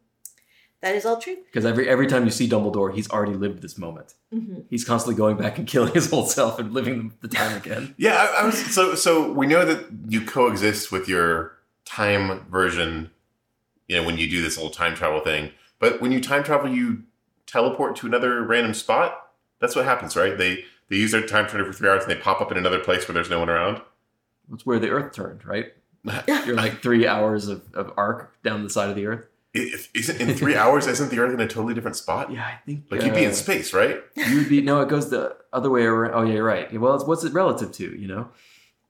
[SPEAKER 2] That is all true.
[SPEAKER 1] Because every every time you see Dumbledore, he's already lived this moment.
[SPEAKER 2] Mm-hmm.
[SPEAKER 1] He's constantly going back and killing his old self and living the time again.
[SPEAKER 3] Yeah, I, I was so so we know that you coexist with your time version, you know, when you do this whole time travel thing. But when you time travel, you teleport to another random spot. That's what happens, right? They they use their time turner for three hours and they pop up in another place where there's no one around.
[SPEAKER 1] That's where the Earth turned, right? You're like three hours of, of arc down the side of the Earth.
[SPEAKER 3] If, isn't in three hours? Isn't the Earth in a totally different spot?
[SPEAKER 1] Yeah, I think
[SPEAKER 3] Like you'd be
[SPEAKER 1] uh,
[SPEAKER 3] in space, right?
[SPEAKER 1] You'd be no. It goes the other way around. Oh yeah, you're right. Well, it's, what's it relative to? You know,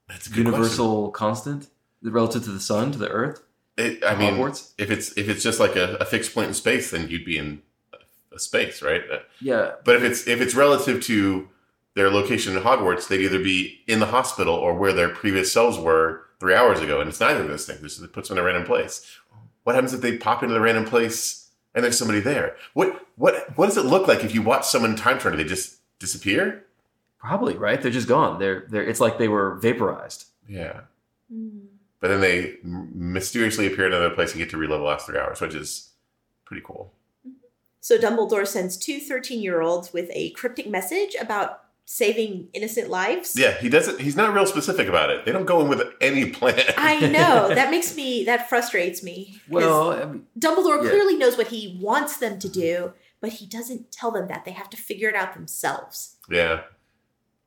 [SPEAKER 3] That's a good
[SPEAKER 1] universal constant relative to the sun, to the Earth.
[SPEAKER 3] question. It, I mean,
[SPEAKER 1] Hogwarts.
[SPEAKER 3] if it's if it's just like a, a fixed point in space, then you'd be in a- a space, right? Uh,
[SPEAKER 1] Yeah,
[SPEAKER 3] But if it's if it's relative to their location in Hogwarts, they'd either be in the hospital or where their previous cells were three hours ago, and it's neither of those things. This it puts them in a random place. What happens if they pop into the random place and there's somebody there? What what what does it look like if you watch someone time turn? Do they just disappear?
[SPEAKER 1] probably right. They're just gone. They're they're. It's like they were vaporized.
[SPEAKER 3] Yeah. But then they m- mysteriously appear in another place and get to relive the last three hours, which is pretty cool.
[SPEAKER 2] So Dumbledore sends two 13 year olds with a cryptic message about saving innocent lives.
[SPEAKER 3] Yeah, he doesn't. He's not real specific about it. They don't go in with any plan.
[SPEAKER 2] I know. That makes me, that frustrates me. 'Cause
[SPEAKER 1] Well, I mean,
[SPEAKER 2] Dumbledore
[SPEAKER 1] yeah.
[SPEAKER 2] clearly knows what he wants them to do, but he doesn't tell them that. They have to figure it out themselves.
[SPEAKER 3] Yeah.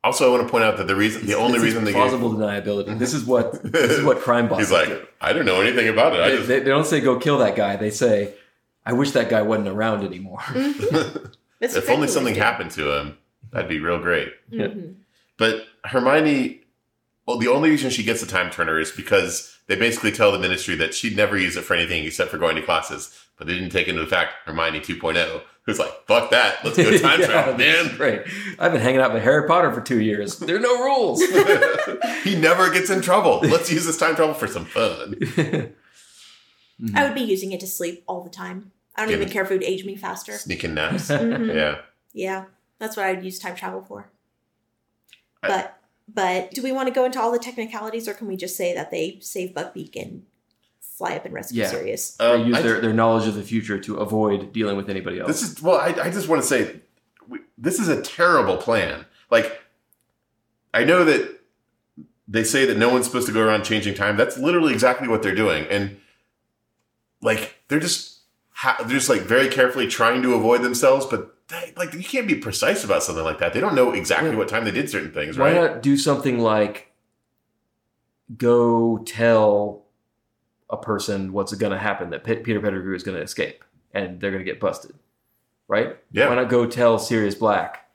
[SPEAKER 3] Also, I want to point out that the reason, the only
[SPEAKER 1] this is
[SPEAKER 3] reason they
[SPEAKER 1] plausible deniability. This is what this is what crime
[SPEAKER 3] gave,
[SPEAKER 1] bosses
[SPEAKER 3] he's like,
[SPEAKER 1] do.
[SPEAKER 3] I don't know anything about it. I
[SPEAKER 1] They,
[SPEAKER 3] just
[SPEAKER 1] they, they don't say go kill that guy. They say, I wish that guy wasn't around anymore.
[SPEAKER 2] Mm-hmm. That's
[SPEAKER 3] if
[SPEAKER 2] exactly
[SPEAKER 3] only
[SPEAKER 2] what
[SPEAKER 3] something
[SPEAKER 2] they do.
[SPEAKER 3] happened to him, that'd be real great.
[SPEAKER 1] Yeah.
[SPEAKER 2] Mhm.
[SPEAKER 3] But Hermione, well, the only reason she gets the time turner is because they basically tell the Ministry that she'd never use it for anything except for going to classes. But they didn't take into the fact Hermione 2.0, who's like, "Fuck that, let's go time
[SPEAKER 1] Yeah,
[SPEAKER 3] travel,
[SPEAKER 1] this is
[SPEAKER 3] man."
[SPEAKER 1] Great. I've been hanging out with Harry Potter for two years. There are no rules.
[SPEAKER 3] he never gets in trouble. Let's use this time travel for some fun.
[SPEAKER 1] Oh,
[SPEAKER 2] I would be using it to sleep all the time. I don't
[SPEAKER 3] Yeah.
[SPEAKER 2] even care if it would age me faster.
[SPEAKER 3] Sneaking naps.
[SPEAKER 2] Mhm.
[SPEAKER 3] Yeah.
[SPEAKER 2] Yeah, that's what I'd use time travel for.
[SPEAKER 3] I-
[SPEAKER 2] But but do we want to go into all the technicalities, or can we just say that they save Buckbeak and fly up and rescue
[SPEAKER 1] Yeah.
[SPEAKER 2] Sirius?
[SPEAKER 1] they
[SPEAKER 3] Um,
[SPEAKER 1] use
[SPEAKER 3] I-
[SPEAKER 1] their, their knowledge of the future to avoid dealing with anybody else.
[SPEAKER 3] This is well. I, I just want to say, we, this is a terrible plan. Like, I know that they say that no one's supposed to go around changing time. That's literally exactly what they're doing, and like they're just ha- they're just like very carefully trying to avoid themselves. But they, like you can't be precise about something like that. They don't know exactly
[SPEAKER 1] Yeah.
[SPEAKER 3] what time they did certain things,
[SPEAKER 1] Why
[SPEAKER 3] right?
[SPEAKER 1] not do something like go tell a person what's going to happen that Pe- Peter Pettigrew is going to escape and they're going to get busted, right?
[SPEAKER 3] Yeah.
[SPEAKER 1] Why not go tell Sirius Black?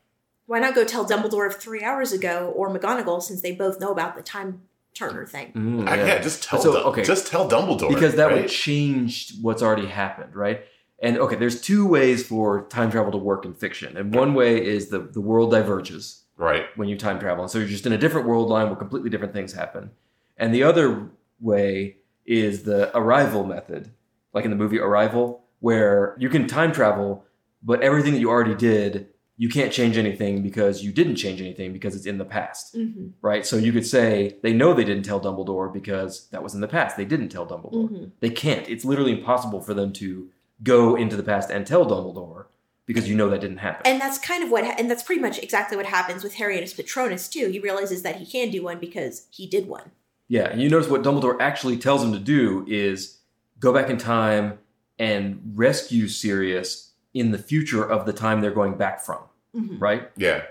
[SPEAKER 2] Why not go tell Dumbledore of three hours ago, or McGonagall, since they both know about the time turner thing?
[SPEAKER 1] Mm,
[SPEAKER 3] I-
[SPEAKER 1] yeah.
[SPEAKER 3] yeah. just tell
[SPEAKER 1] So,
[SPEAKER 3] Dum-
[SPEAKER 1] okay.
[SPEAKER 3] just tell Dumbledore
[SPEAKER 1] because that
[SPEAKER 3] right?
[SPEAKER 1] would change what's already happened, right? And okay, there's two ways for time travel to work in fiction, and one way is the the world diverges,
[SPEAKER 3] right.
[SPEAKER 1] when you time travel. And so you're just in a different world line where completely different things happen. And the other way is the arrival method, like in the movie Arrival, where you can time travel, but everything that you already did, you can't change anything because you didn't change anything because it's in the past,
[SPEAKER 2] Mm-hmm.
[SPEAKER 1] right? So you could say they know they didn't tell Dumbledore because that was in the past. They didn't tell Dumbledore.
[SPEAKER 2] Mm-hmm.
[SPEAKER 1] They can't. It's literally impossible for them to go into the past and tell Dumbledore because you know that didn't happen.
[SPEAKER 2] And that's kind of what, ha- and that's pretty much exactly what happens with Harry and his Patronus too. He realizes that he can do one because he did one.
[SPEAKER 1] Yeah, and you notice what Dumbledore actually tells him to do is go back in time and rescue Sirius in the future of the time they're going back from,
[SPEAKER 2] Mhm.
[SPEAKER 1] right?
[SPEAKER 3] Yeah.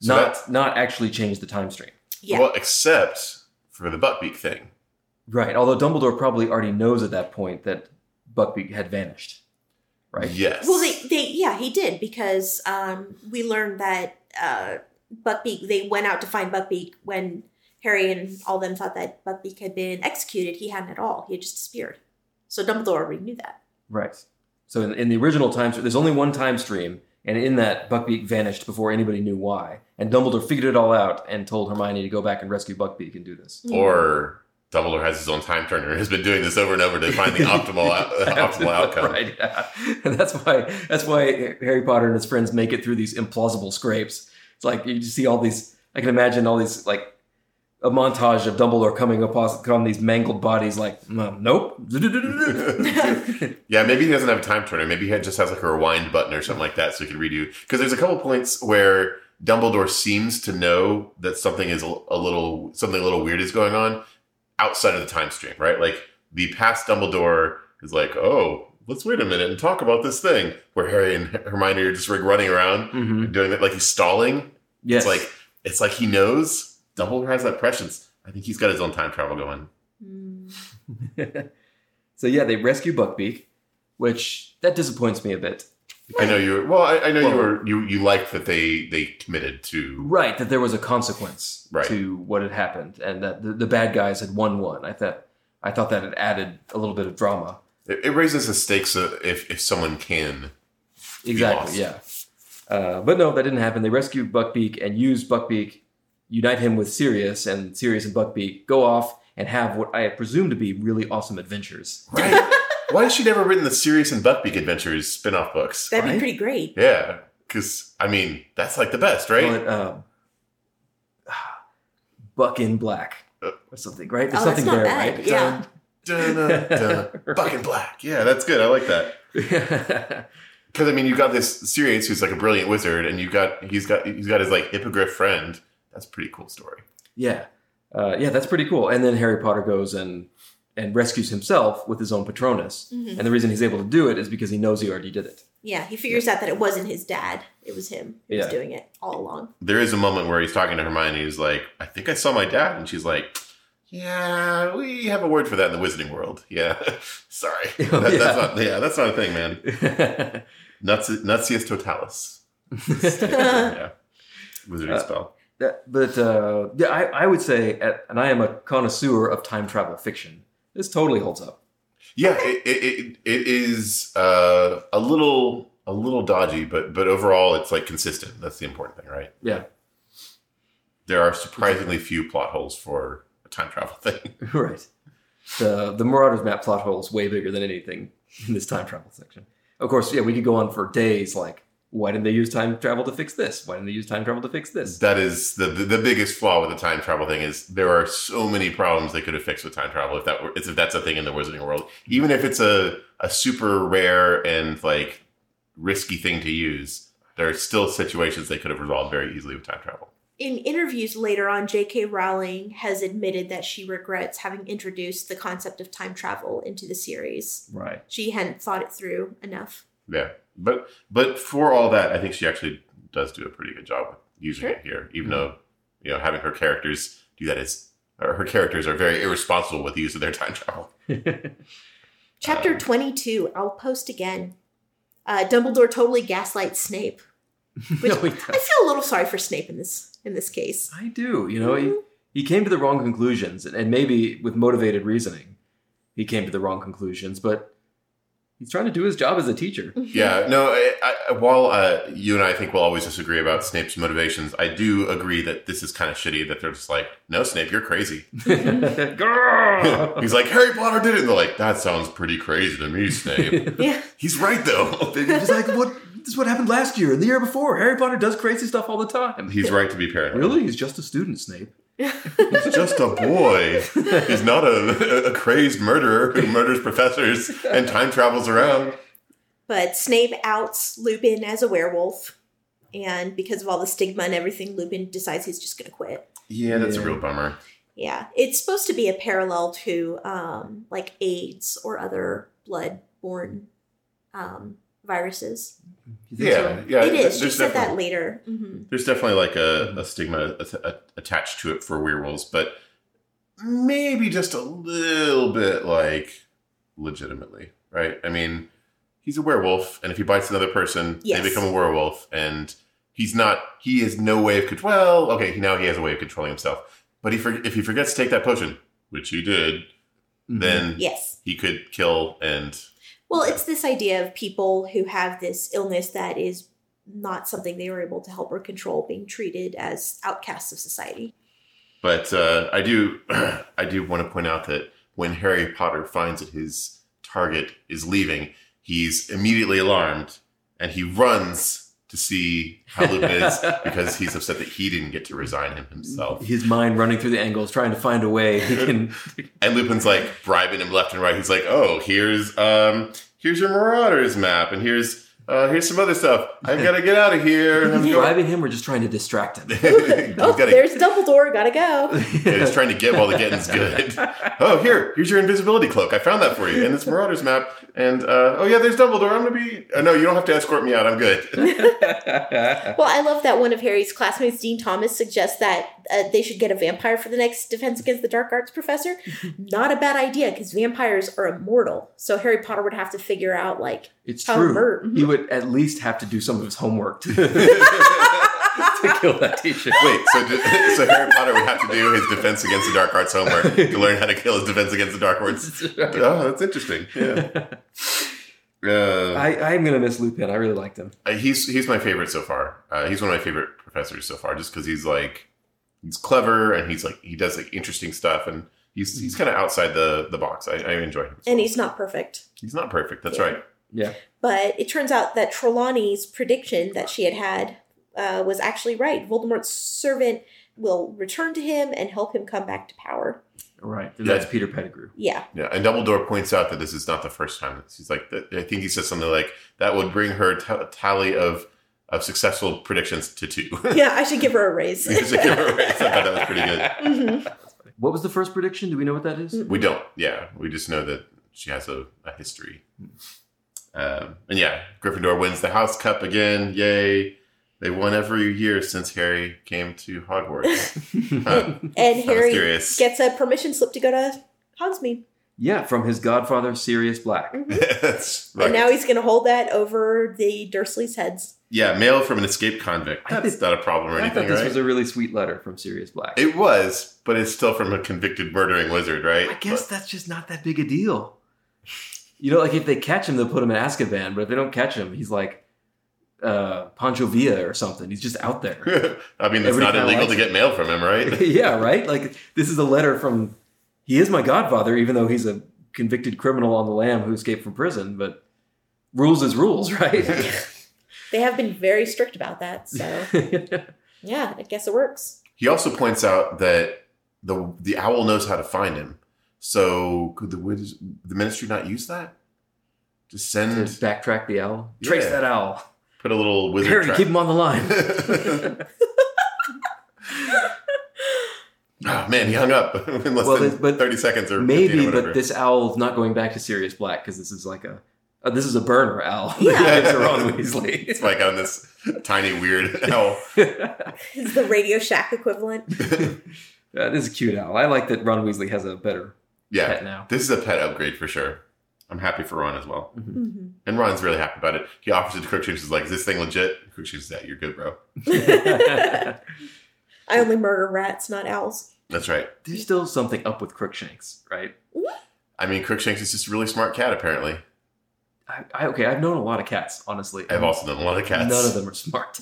[SPEAKER 3] So
[SPEAKER 1] not
[SPEAKER 3] that's-
[SPEAKER 1] not actually change the time stream.
[SPEAKER 2] Yeah,
[SPEAKER 3] Well, except for the Buckbeak thing.
[SPEAKER 1] Right. Although Dumbledore probably already knows at that point that Buckbeak had vanished. Right.
[SPEAKER 3] Yes.
[SPEAKER 2] Well, they, they yeah, he did because um, we learned that uh, Buckbeak they went out to find Buckbeak when Harry and all them thought that Buckbeak had been executed. He hadn't at all. He had just disappeared. So Dumbledore already knew that.
[SPEAKER 1] Right. So in, in the original time stream, there's only one time stream, and in that, Buckbeak vanished before anybody knew why. And Dumbledore figured it all out and told Hermione to go back and rescue Buckbeak and do this.
[SPEAKER 3] or Dumbledore has his own time turner, has been doing this over and over to find the optimal uh, optimal outcome.
[SPEAKER 1] Right. Yeah. And that's why that's why Harry Potter and his friends make it through these implausible scrapes. It's like you just see all these I can imagine all these like a montage of Dumbledore coming upon these mangled bodies. Like, "Mm, Mm-hmm. nope.
[SPEAKER 3] yeah, maybe he doesn't have a time turner. Maybe he just has like a rewind button or something like that, so he can redo. Because there's a couple points where Dumbledore seems to know that something is a a little something a little weird is going on outside of the time stream, right? Like the past Dumbledore is like, oh, let's wait a minute and talk about this thing. Where Harry and Hermione are just like running around
[SPEAKER 1] hmm
[SPEAKER 3] doing that, like he's stalling.
[SPEAKER 1] Yes.
[SPEAKER 3] It's like it's like he knows Dumbledore has that prescience. I think he's got his own time travel going.
[SPEAKER 1] so yeah, they rescue Buckbeak, which that disappoints me a bit.
[SPEAKER 3] I know you. Were, well, I, I know you
[SPEAKER 1] Well-
[SPEAKER 3] were. You you liked that they they committed to
[SPEAKER 1] Right, that there was a consequence
[SPEAKER 3] Right.
[SPEAKER 1] to what had happened, and that the, the bad guys had won one. I thought, I thought that it added a little bit of drama.
[SPEAKER 3] It, it raises the stakes of if, if someone can.
[SPEAKER 1] Exactly. Yeah. Uh, but no, that didn't happen. They rescue Buckbeak and use Buckbeak, unite him with Sirius, and Sirius and Buckbeak go off and have what I presume to be really awesome adventures.
[SPEAKER 3] Right. Why has she never written the Sirius and Buckbeak Adventures spin off books?
[SPEAKER 2] That'd
[SPEAKER 1] Right?
[SPEAKER 2] be pretty great.
[SPEAKER 3] yeah. Because, I mean, that's like the best, right?
[SPEAKER 1] Call it, um, Buck in Black
[SPEAKER 3] Uh.
[SPEAKER 1] or something. Right? There's
[SPEAKER 4] Oh, that's
[SPEAKER 1] something
[SPEAKER 4] not
[SPEAKER 1] there,
[SPEAKER 4] bad.
[SPEAKER 1] right?
[SPEAKER 4] Yeah.
[SPEAKER 3] Dun, dun, dun. Buck and Black. Yeah, that's good. I like that. Because, I mean, you got this Sirius who's like a brilliant wizard, and you got he's got he's got his like hippogriff friend. That's a pretty cool story.
[SPEAKER 1] Yeah, uh, yeah, that's pretty cool. And then Harry Potter goes and and rescues himself with his own Patronus.
[SPEAKER 2] Mhm.
[SPEAKER 1] And the reason he's able to do it is because he knows he already did it.
[SPEAKER 2] Yeah, he figures out that it wasn't his dad; it was him who
[SPEAKER 1] Yeah.
[SPEAKER 2] was doing it all along.
[SPEAKER 3] There is a moment where he's talking to Hermione. He's like, "I think I saw my dad," and she's like, "Yeah, we have a word for that in the wizarding world." Yeah, sorry,
[SPEAKER 1] Oh,
[SPEAKER 3] That-
[SPEAKER 1] yeah.
[SPEAKER 3] that's not. Yeah, that's not a thing, man. Nuts, Nutsius totalis. yeah. Wizarding
[SPEAKER 1] Uh,
[SPEAKER 3] spell.
[SPEAKER 1] That- but uh, yeah, I, I would say, at, and I am a connoisseur of time travel fiction. This totally holds up.
[SPEAKER 3] Yeah, it, it, it, it is uh, a little a little dodgy, but but overall it's like consistent. That's the important thing, right?
[SPEAKER 1] Yeah,
[SPEAKER 3] There are surprisingly few plot holes for a time travel thing.
[SPEAKER 1] right. The the Marauders map plot hole is way bigger than anything in this time travel section. Of course, yeah, we could go on for days. Like, why didn't they use time travel to fix this? Why didn't they use time travel to fix this?
[SPEAKER 3] That is the, the the biggest flaw with the time travel thing is there are so many problems they could have fixed with time travel if that were if that's a thing in the wizarding world. Even if it's a, a super rare and like risky thing to use, there are still situations they could have resolved very easily with time travel.
[SPEAKER 2] In interviews later on, J.K. Rowling has admitted that she regrets having introduced the concept of time travel into the series.
[SPEAKER 1] Right.
[SPEAKER 2] She hadn't thought it through enough.
[SPEAKER 3] Yeah, but but for all that, I think she actually does do a pretty good job with using
[SPEAKER 2] Sure.
[SPEAKER 3] it here. Even though you know having her characters do that is, or her characters are very irresponsible with the use of their time travel.
[SPEAKER 2] Chapter
[SPEAKER 3] Um,
[SPEAKER 2] 22, I'll post again. Uh, Dumbledore totally gaslights Snape. Which-
[SPEAKER 1] No, he
[SPEAKER 2] I feel a little sorry for Snape in this in this case.
[SPEAKER 1] I do. You know, he, he came to the wrong conclusions, and, and maybe with motivated reasoning, he came to the wrong conclusions, but he's trying to do his job as a teacher.
[SPEAKER 2] Mm-hmm.
[SPEAKER 3] Yeah, no. I, I, while uh, you and I think we'll always disagree about Snape's motivations, I do agree that this is kind of shitty. That they're just like, no, Snape, you're crazy.
[SPEAKER 1] Grrr!
[SPEAKER 3] He's like, Harry Potter did it. And they're like, that sounds pretty crazy to me, Snape.
[SPEAKER 2] Yeah.
[SPEAKER 3] He's right though.
[SPEAKER 1] He's like, what? This is what happened last year and the year before. Harry Potter does crazy stuff all the time.
[SPEAKER 3] He's right to be paranoid.
[SPEAKER 1] Really? He's just a student, Snape.
[SPEAKER 3] He's just a boy. He's not a, a crazed murderer who murders professors and time travels around.
[SPEAKER 2] But Snape outs Lupin as a werewolf. And because of all the stigma and everything, Lupin decides he's just going to quit.
[SPEAKER 3] Yeah, that's a
[SPEAKER 1] Yeah.
[SPEAKER 3] real bummer.
[SPEAKER 2] Yeah. It's supposed to be a parallel to um, like AIDS or other blood-borne um, viruses.
[SPEAKER 1] You think
[SPEAKER 3] Yeah, yeah.
[SPEAKER 2] it is. She
[SPEAKER 3] There's
[SPEAKER 2] said that
[SPEAKER 3] definitely,
[SPEAKER 2] later. hmm
[SPEAKER 3] there's definitely like a, a stigma a- a- attached to it for werewolves, but maybe just a little bit like legitimately, right? I mean, he's a werewolf, and if he bites another person,
[SPEAKER 2] Yes.
[SPEAKER 3] they become a werewolf, and he's not. He has no way of control. Well, okay, now he has a way of controlling himself, but he for, if he forgets to take that potion, which he did.
[SPEAKER 1] so?
[SPEAKER 3] then
[SPEAKER 2] Yes.
[SPEAKER 3] he could kill and
[SPEAKER 2] Well, it's this idea of people who have this illness that is not something they were able to help or control being treated as outcasts of society.
[SPEAKER 3] but uh, i do i do want to point out that when harry potter finds that his target is leaving he's immediately alarmed and he runs to see how Lupin is because he's upset that he didn't get to resign him himself.
[SPEAKER 1] His mind running through the angles, trying to find a way he can.
[SPEAKER 3] And Lupin's like bribing him left and right. He's like, "Oh, here's um, here's your Marauders map, and here's uh, here's some other stuff. I've got to get out of here. I'm going."
[SPEAKER 1] Bribing him or just trying to distract him?
[SPEAKER 3] He's
[SPEAKER 2] Oh,
[SPEAKER 3] gotta-
[SPEAKER 2] there's Dumbledore. Gotta go.
[SPEAKER 3] Yeah, he's trying to get while the getting's good. Oh, here, here's your invisibility cloak. I found that for you. And this Marauders map. And uh, oh yeah, there's Dumbledore. I'm gonna be. Oh, no, you don't have to escort me out. I'm good.
[SPEAKER 2] Well, I love that one of Harry's classmates, Dean Thomas, suggests that uh, they should get a vampire for the next Defense Against the Dark Arts professor. Not a bad idea because vampires are immortal. So Harry Potter would have to figure out like
[SPEAKER 1] It's
[SPEAKER 2] how
[SPEAKER 1] true. Mm-hmm.
[SPEAKER 2] Mer-
[SPEAKER 1] He would at least have to do some of his homework to, to kill that teacher.
[SPEAKER 3] Wait, so d- so Harry Potter would have to do his Defense Against the Dark Arts homework to learn how to kill his Defense Against the Dark Arts. Oh, that's interesting. Yeah. Uh,
[SPEAKER 1] I, I'm gonna miss Lupin. I really liked him.
[SPEAKER 3] he's he's my favorite so far. Uh, he's one of my favorite professors so far, just because he's like he's clever and he's like he does like interesting stuff and he's he's kind of outside the the box. I, I enjoy him.
[SPEAKER 2] and he's not perfect.
[SPEAKER 3] He's not perfect. That's
[SPEAKER 2] Yeah.
[SPEAKER 3] right.
[SPEAKER 2] But it turns out that Trelawney's prediction that she had had uh, was actually right. Voldemort's servant will return to him and help him come back to power.
[SPEAKER 1] Right.
[SPEAKER 3] Yeah.
[SPEAKER 1] That's Peter Pettigrew.
[SPEAKER 2] Yeah.
[SPEAKER 3] Yeah, and Dumbledore points out that this is not the first time. that He's like, that- I think he says something like that would bring her ta- tally of of successful predictions to two.
[SPEAKER 2] Yeah, I should give her a raise.
[SPEAKER 3] Just to give her a raise. I thought that was pretty good.
[SPEAKER 2] Mhm.
[SPEAKER 1] What was the first prediction? Do we know what that is?
[SPEAKER 2] Mm.
[SPEAKER 3] We don't. Yeah, we just know that she has a, a history. Um, and yeah, Gryffindor wins the House Cup again. Yay! They won every year since Harry came to Hogwarts. Huh.
[SPEAKER 2] And
[SPEAKER 3] I'm
[SPEAKER 2] Harry
[SPEAKER 3] serious.
[SPEAKER 2] gets a permission slip to go to Hogsmeade.
[SPEAKER 1] yeah, from his godfather, Sirius Black.
[SPEAKER 2] Mhm.
[SPEAKER 3] That's
[SPEAKER 2] And
[SPEAKER 3] right.
[SPEAKER 2] now he's going to hold that over the Dursleys' heads.
[SPEAKER 3] yeah, mail from an escaped convict.
[SPEAKER 1] I
[SPEAKER 3] That's
[SPEAKER 1] think-
[SPEAKER 3] not a problem or
[SPEAKER 1] I
[SPEAKER 3] anything,
[SPEAKER 1] thought this
[SPEAKER 3] right?
[SPEAKER 1] was a really sweet letter from Sirius Black.
[SPEAKER 3] It was, but it's still from a convicted murdering wizard, right?
[SPEAKER 1] I guess that's just not that big a deal. You know, like if they catch him, they'll put him in Azkaban. But if they don't catch him, he's like uh, Pancho Villa or something. He's just out there.
[SPEAKER 3] But- I mean, it's
[SPEAKER 1] Everybody
[SPEAKER 3] not
[SPEAKER 1] kinda
[SPEAKER 3] illegal
[SPEAKER 1] likes
[SPEAKER 3] to get mail from him, right?
[SPEAKER 1] yeah, right. Like this is a letter from. He is my godfather, even though he's a convicted criminal on the lam who escaped from prison. But rules is rules, right?
[SPEAKER 2] They have been very strict about that. So, yeah, I guess it works.
[SPEAKER 3] he also points out that the the owl knows how to find him. So could the wiz- the ministry not use that? Just
[SPEAKER 1] to
[SPEAKER 3] send,
[SPEAKER 1] backtrack the owl, trace
[SPEAKER 3] Yeah.
[SPEAKER 1] that owl.
[SPEAKER 3] put a little wizard.
[SPEAKER 1] Harry,
[SPEAKER 3] trap.
[SPEAKER 1] keep him on the line.
[SPEAKER 3] oh man, he hung up in less
[SPEAKER 1] Well,
[SPEAKER 3] than
[SPEAKER 1] but- but
[SPEAKER 3] thirty seconds or 15
[SPEAKER 1] Maybe,
[SPEAKER 3] or
[SPEAKER 1] but
[SPEAKER 3] whatever.
[SPEAKER 1] this owl's not going back to Sirius Black because this is like a uh, this is a burner owl. that
[SPEAKER 2] Yeah.
[SPEAKER 1] gives to Ron Weasley.
[SPEAKER 3] it's like on this tiny weird owl.
[SPEAKER 2] It's the Radio Shack equivalent.
[SPEAKER 1] Uh, this is a cute owl. I like that Ron Weasley has a better
[SPEAKER 3] Yeah,
[SPEAKER 1] pet now.
[SPEAKER 3] This is a pet upgrade for sure. I'm happy for Ron as well.
[SPEAKER 2] Mhm.
[SPEAKER 3] And Ron's really happy about it. He offers it to Crookshanks. He's like, is this thing legit? Crookshanks is that you're good, bro.
[SPEAKER 1] There's
[SPEAKER 2] I only murder rats, not owls.
[SPEAKER 3] That's right.
[SPEAKER 1] still something up with Crookshanks, right?
[SPEAKER 3] I mean, Crookshanks is just a really smart cat, apparently.
[SPEAKER 1] I, I, okay, I've known a lot of cats, honestly. Um,
[SPEAKER 3] I've also known a lot of cats.
[SPEAKER 1] None of them are smart.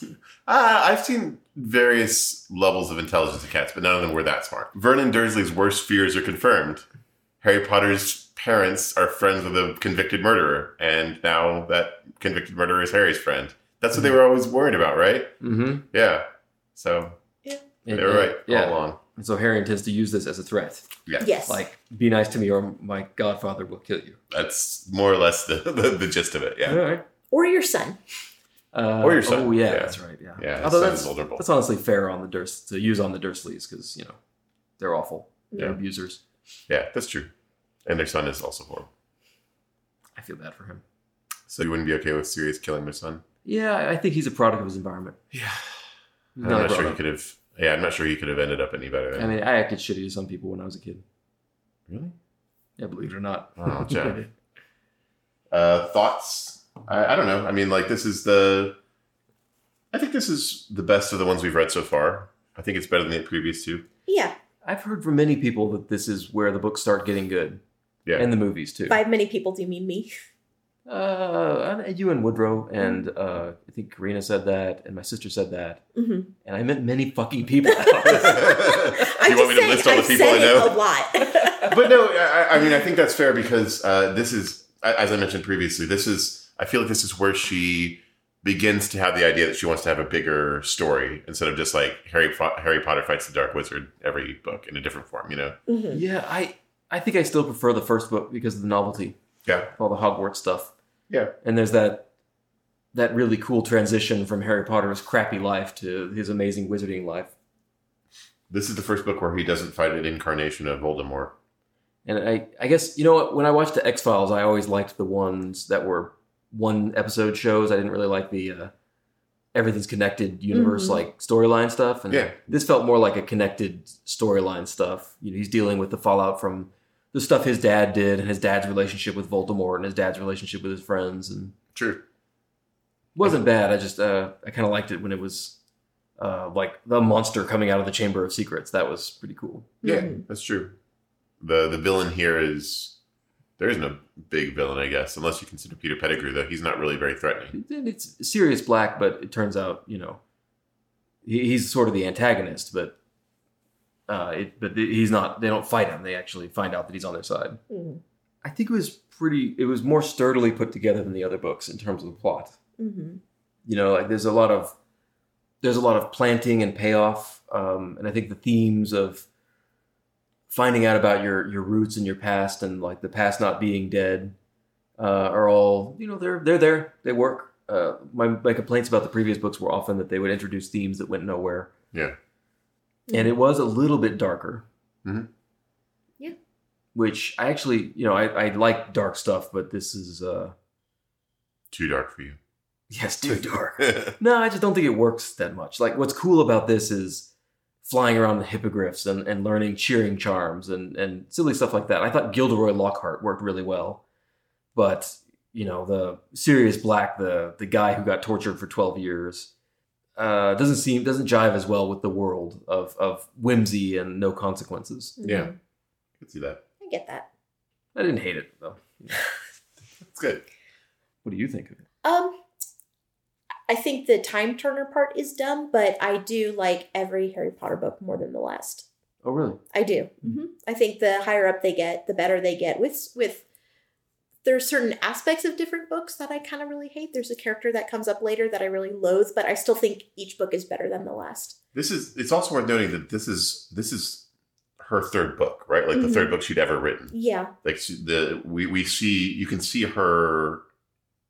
[SPEAKER 3] Ah, I've seen various levels of intelligence of cats, but none of them were that smart. Vernon Dursley's worst fears are confirmed. Harry Potter's parents are friends with a convicted murderer, and now that convicted murderer is Harry's friend. That's what they were always worried about, right?
[SPEAKER 1] Mm-hmm.
[SPEAKER 3] Yeah. So they were right
[SPEAKER 1] Yeah.
[SPEAKER 3] all along.
[SPEAKER 1] And so Harry intends to use this as a threat.
[SPEAKER 3] Yeah.
[SPEAKER 2] Yes.
[SPEAKER 1] Like, be nice to me or my godfather will kill you.
[SPEAKER 3] That's more or less the, the, the gist of it. Yeah.
[SPEAKER 1] All right.
[SPEAKER 2] or your son.
[SPEAKER 1] Uh,
[SPEAKER 3] Or your son.
[SPEAKER 1] Oh, yeah,
[SPEAKER 3] Yeah.
[SPEAKER 1] that's right. Yeah.
[SPEAKER 3] Yeah.
[SPEAKER 1] Although
[SPEAKER 3] so
[SPEAKER 1] that's,
[SPEAKER 3] vulnerable.
[SPEAKER 1] that's honestly fair on the Durs to use on the Dursleys because, you know, they're awful. They're
[SPEAKER 3] Yeah.
[SPEAKER 1] abusers.
[SPEAKER 3] yeah, that's true. And their son is also horrible.
[SPEAKER 1] I feel bad for him.
[SPEAKER 3] So you wouldn't be okay with Sirius killing their son?
[SPEAKER 1] Yeah, I think he's a product of his environment.
[SPEAKER 3] Yeah.
[SPEAKER 1] He's
[SPEAKER 3] I'm
[SPEAKER 1] not a
[SPEAKER 3] not sure he
[SPEAKER 1] product.
[SPEAKER 3] could have. Yeah, I'm not sure he could have ended up any better.
[SPEAKER 1] I mean, I acted shitty to some people when I was a kid.
[SPEAKER 3] really?
[SPEAKER 1] Yeah, believe it or not.
[SPEAKER 3] Wow, Jeff. oh, Uh, thoughts? I, I don't know. I mean, like this is the. I think this is the best of the ones we've read so far. I think it's better than the previous two.
[SPEAKER 2] Yeah,
[SPEAKER 1] I've heard from many people that this is where the books start getting good.
[SPEAKER 3] Yeah.
[SPEAKER 1] And the movies, too.
[SPEAKER 2] by many people do you mean me.
[SPEAKER 1] Uh, and you and Woodrow, and uh, I think Karina said that, and my sister said that,
[SPEAKER 2] hmm
[SPEAKER 1] and I met many fucking people.
[SPEAKER 2] I'm just
[SPEAKER 3] want me to
[SPEAKER 2] saying,
[SPEAKER 3] list all the
[SPEAKER 2] I've
[SPEAKER 3] people I
[SPEAKER 2] said
[SPEAKER 3] know?
[SPEAKER 2] it a lot.
[SPEAKER 3] but no, I, I mean, I think that's fair because uh, this is, a- as I mentioned previously, this is. I feel like this is where she begins to have the idea that she wants to have a bigger story instead of just like Harry Fo- Harry Potter fights the Dark Wizard every book in a different form. You know?
[SPEAKER 2] Mm-hmm.
[SPEAKER 6] Mhm.
[SPEAKER 1] Yeah, I I think I still prefer the first book because of the novelty.
[SPEAKER 3] Yeah.
[SPEAKER 1] All the Hogwarts stuff.
[SPEAKER 3] Yeah.
[SPEAKER 1] And there's that that really cool transition from Harry Potter's crappy life to his amazing wizarding life.
[SPEAKER 3] This is the first book where he doesn't fight an incarnation of Voldemort.
[SPEAKER 1] And I I guess you know what when I watched the X Files, I always liked the ones that were one episode shows. I didn't really like the uh, everything's connected universe
[SPEAKER 6] Mhm.
[SPEAKER 1] like storyline stuff. And
[SPEAKER 3] Yeah.
[SPEAKER 1] this felt more like a connected storyline stuff. You know, he's dealing with the fallout from the stuff his dad did and his dad's relationship with Voldemort and his dad's relationship with his friends and
[SPEAKER 3] True.
[SPEAKER 1] wasn't bad. I just uh, I kind of liked it when it was uh, like the monster coming out of the Chamber of Secrets. That was pretty cool.
[SPEAKER 3] Yeah,
[SPEAKER 6] Mhm.
[SPEAKER 3] that's true. the The villain here is there isn't a big villain, I guess, unless you consider Peter Pettigrew. Though he's not really very threatening.
[SPEAKER 1] And it's Sirius Black, but it turns out you know he, he's sort of the antagonist, but uh, it, but he's not. They don't fight him. They actually find out that he's on their side.
[SPEAKER 2] Mm-hmm.
[SPEAKER 6] Mhm.
[SPEAKER 1] I think it was pretty. It was more sturdily put together than the other books in terms of the plot.
[SPEAKER 2] Mm-hmm.
[SPEAKER 6] Mhm.
[SPEAKER 1] you know like there's a lot of there's a lot of planting and payoff um, and i think the themes of finding out about your your roots and your past and like the past not being dead uh, are all you know they're they're there they work uh, my, my complaints about the previous books were often that they would introduce themes that went nowhere
[SPEAKER 3] Yeah.
[SPEAKER 1] and it was a little bit darker
[SPEAKER 3] Mhm.
[SPEAKER 2] Yeah.
[SPEAKER 1] which i actually you know i, I like dark stuff but this is uh
[SPEAKER 3] Too dark for you.
[SPEAKER 1] yes too dark No, I just don't think it works that much. Like, what's cool about this is flying around in hippogriffs and, and learning cheering charms and, and silly stuff like that. I thought Gilderoy Lockhart worked really well, but you know the Sirius Black, the the guy who got tortured for twelve years, uh, doesn't seem doesn't jive as well with the world of of whimsy and no consequences.
[SPEAKER 3] Yeah.
[SPEAKER 6] Mhm.
[SPEAKER 3] I can see that.
[SPEAKER 2] Mm-hmm. I get that.
[SPEAKER 1] I didn't hate it though.
[SPEAKER 3] It's good.
[SPEAKER 1] What do you think of it?
[SPEAKER 2] Um, I think the time turner part is dumb, but I do like every Harry Potter book more than the last.
[SPEAKER 1] Oh, really?
[SPEAKER 2] I do. hmm I think the higher up they get, the better they get. With with there are certain aspects of different books that I kind of really hate. There's a character that comes up later that I really loathe, but I still think each book is better than the last.
[SPEAKER 3] This is. It's also worth noting that this is this is her third book, right? Like the
[SPEAKER 2] Mhm.
[SPEAKER 3] third book she'd ever written.
[SPEAKER 2] Yeah,
[SPEAKER 3] Like she, the we we see you can see her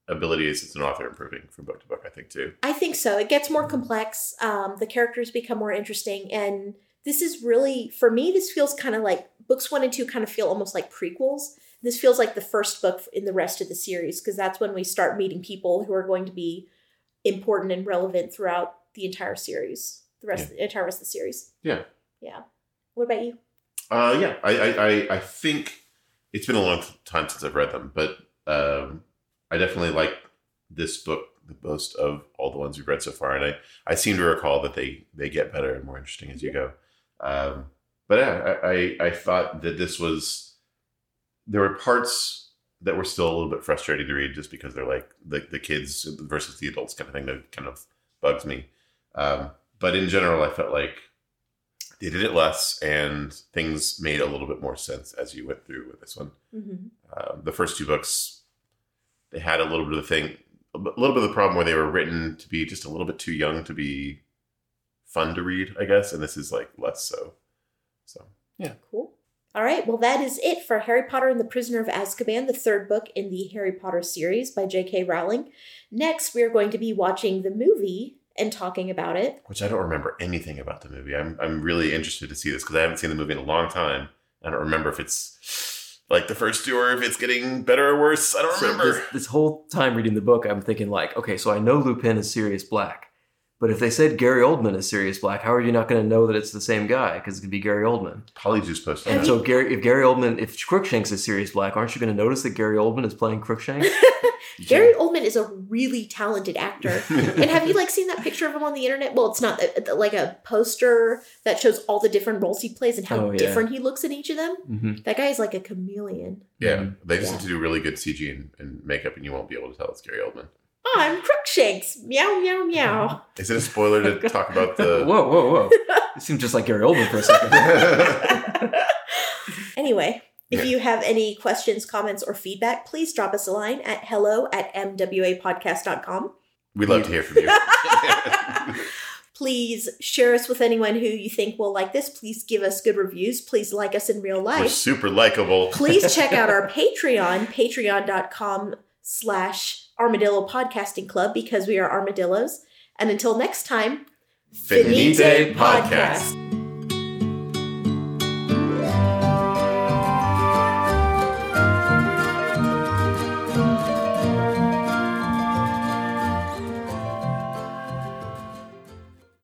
[SPEAKER 3] abilities as an author improving from book to book. I think too.
[SPEAKER 2] I think so. It gets more complex. Um, the characters become more interesting, and this is really for me. This feels kind of like books one and two kind of feel almost like prequels. This feels like the first book in the rest of the series because that's when we start meeting people who are going to be important and relevant throughout the entire series, the rest, the entire rest of the series.
[SPEAKER 3] Yeah.
[SPEAKER 2] yeah. What about you?
[SPEAKER 3] Uh, yeah, I, I, I, I think it's been a long time since I've read them, but um, I definitely like this book the most of all the ones we've read so far, and I, I seem to recall that they they get better and more interesting as you go. Um, but yeah, I, I, I thought that this was there were parts that were still a little bit frustrating to read just because they're like the, the kids versus the adults kind of thing that kind of bugs me. Um, but in general, I felt like they did it less and things made a little bit more sense as you went through with this one
[SPEAKER 2] Mm-hmm.
[SPEAKER 3] um, the first two books they had a little bit of the thing a b- little bit of the problem where they were written to be just a little bit too young to be fun to read i guess and this is like less so so
[SPEAKER 2] Cool. All right, well, that is it for Harry Potter and the Prisoner of Azkaban, the third book in the Harry Potter series by J.K. Rowling. Next, we are going to be watching the movie and talking about it.
[SPEAKER 3] which i don't remember anything about the movie i'm, I'm really interested to see this because i haven't seen the movie in a long time i don't remember if it's like the first two or if it's getting better or worse i don't
[SPEAKER 1] So
[SPEAKER 3] remember
[SPEAKER 1] This, this whole time reading the book, I'm thinking like, okay, so I know Lupin is Sirius Black, but if they said Gary Oldman is Sirius Black, how are you not going to know that it's the same guy? Because it could be Gary Oldman.
[SPEAKER 3] polyjuice posted
[SPEAKER 1] And
[SPEAKER 3] that.
[SPEAKER 1] so Gary, if Gary Oldman, if Crookshanks is Sirius Black, aren't you going to notice that Gary Oldman is playing Crookshanks?
[SPEAKER 3] You can't-
[SPEAKER 2] Gary Oldman is a really talented actor. and have you like seen that picture of him on the internet? Well, it's not uh, like a poster that shows all the different roles he plays and how
[SPEAKER 1] Oh, yeah.
[SPEAKER 2] different he looks in each of them.
[SPEAKER 1] mm-hmm.
[SPEAKER 2] That guy is like a chameleon.
[SPEAKER 3] Yeah, they just
[SPEAKER 1] Yeah.
[SPEAKER 3] need to do really good CG and, and makeup, and you won't be able to tell it's Gary Oldman.
[SPEAKER 2] Oh, I'm Crookshanks. Meow, meow, meow.
[SPEAKER 3] Is it a spoiler to talk about
[SPEAKER 1] whoa,
[SPEAKER 3] the?
[SPEAKER 1] whoa, whoa! It seemed just like Gary Oldman for a second.
[SPEAKER 2] Anyway, if
[SPEAKER 3] Yeah.
[SPEAKER 2] you have any questions, comments, or feedback, please drop us a line at hello at mwapodcast.com.
[SPEAKER 3] We love to hear from you.
[SPEAKER 2] Please share us with anyone who you think will like this. Please give us good reviews. Please like us in real
[SPEAKER 3] We're
[SPEAKER 2] life.
[SPEAKER 3] super likable.
[SPEAKER 2] Please check out our Patreon, patreon.com slash armadillo podcasting club because we are armadillos. And until next time,
[SPEAKER 3] Finite
[SPEAKER 1] Podcast.
[SPEAKER 3] Podcast.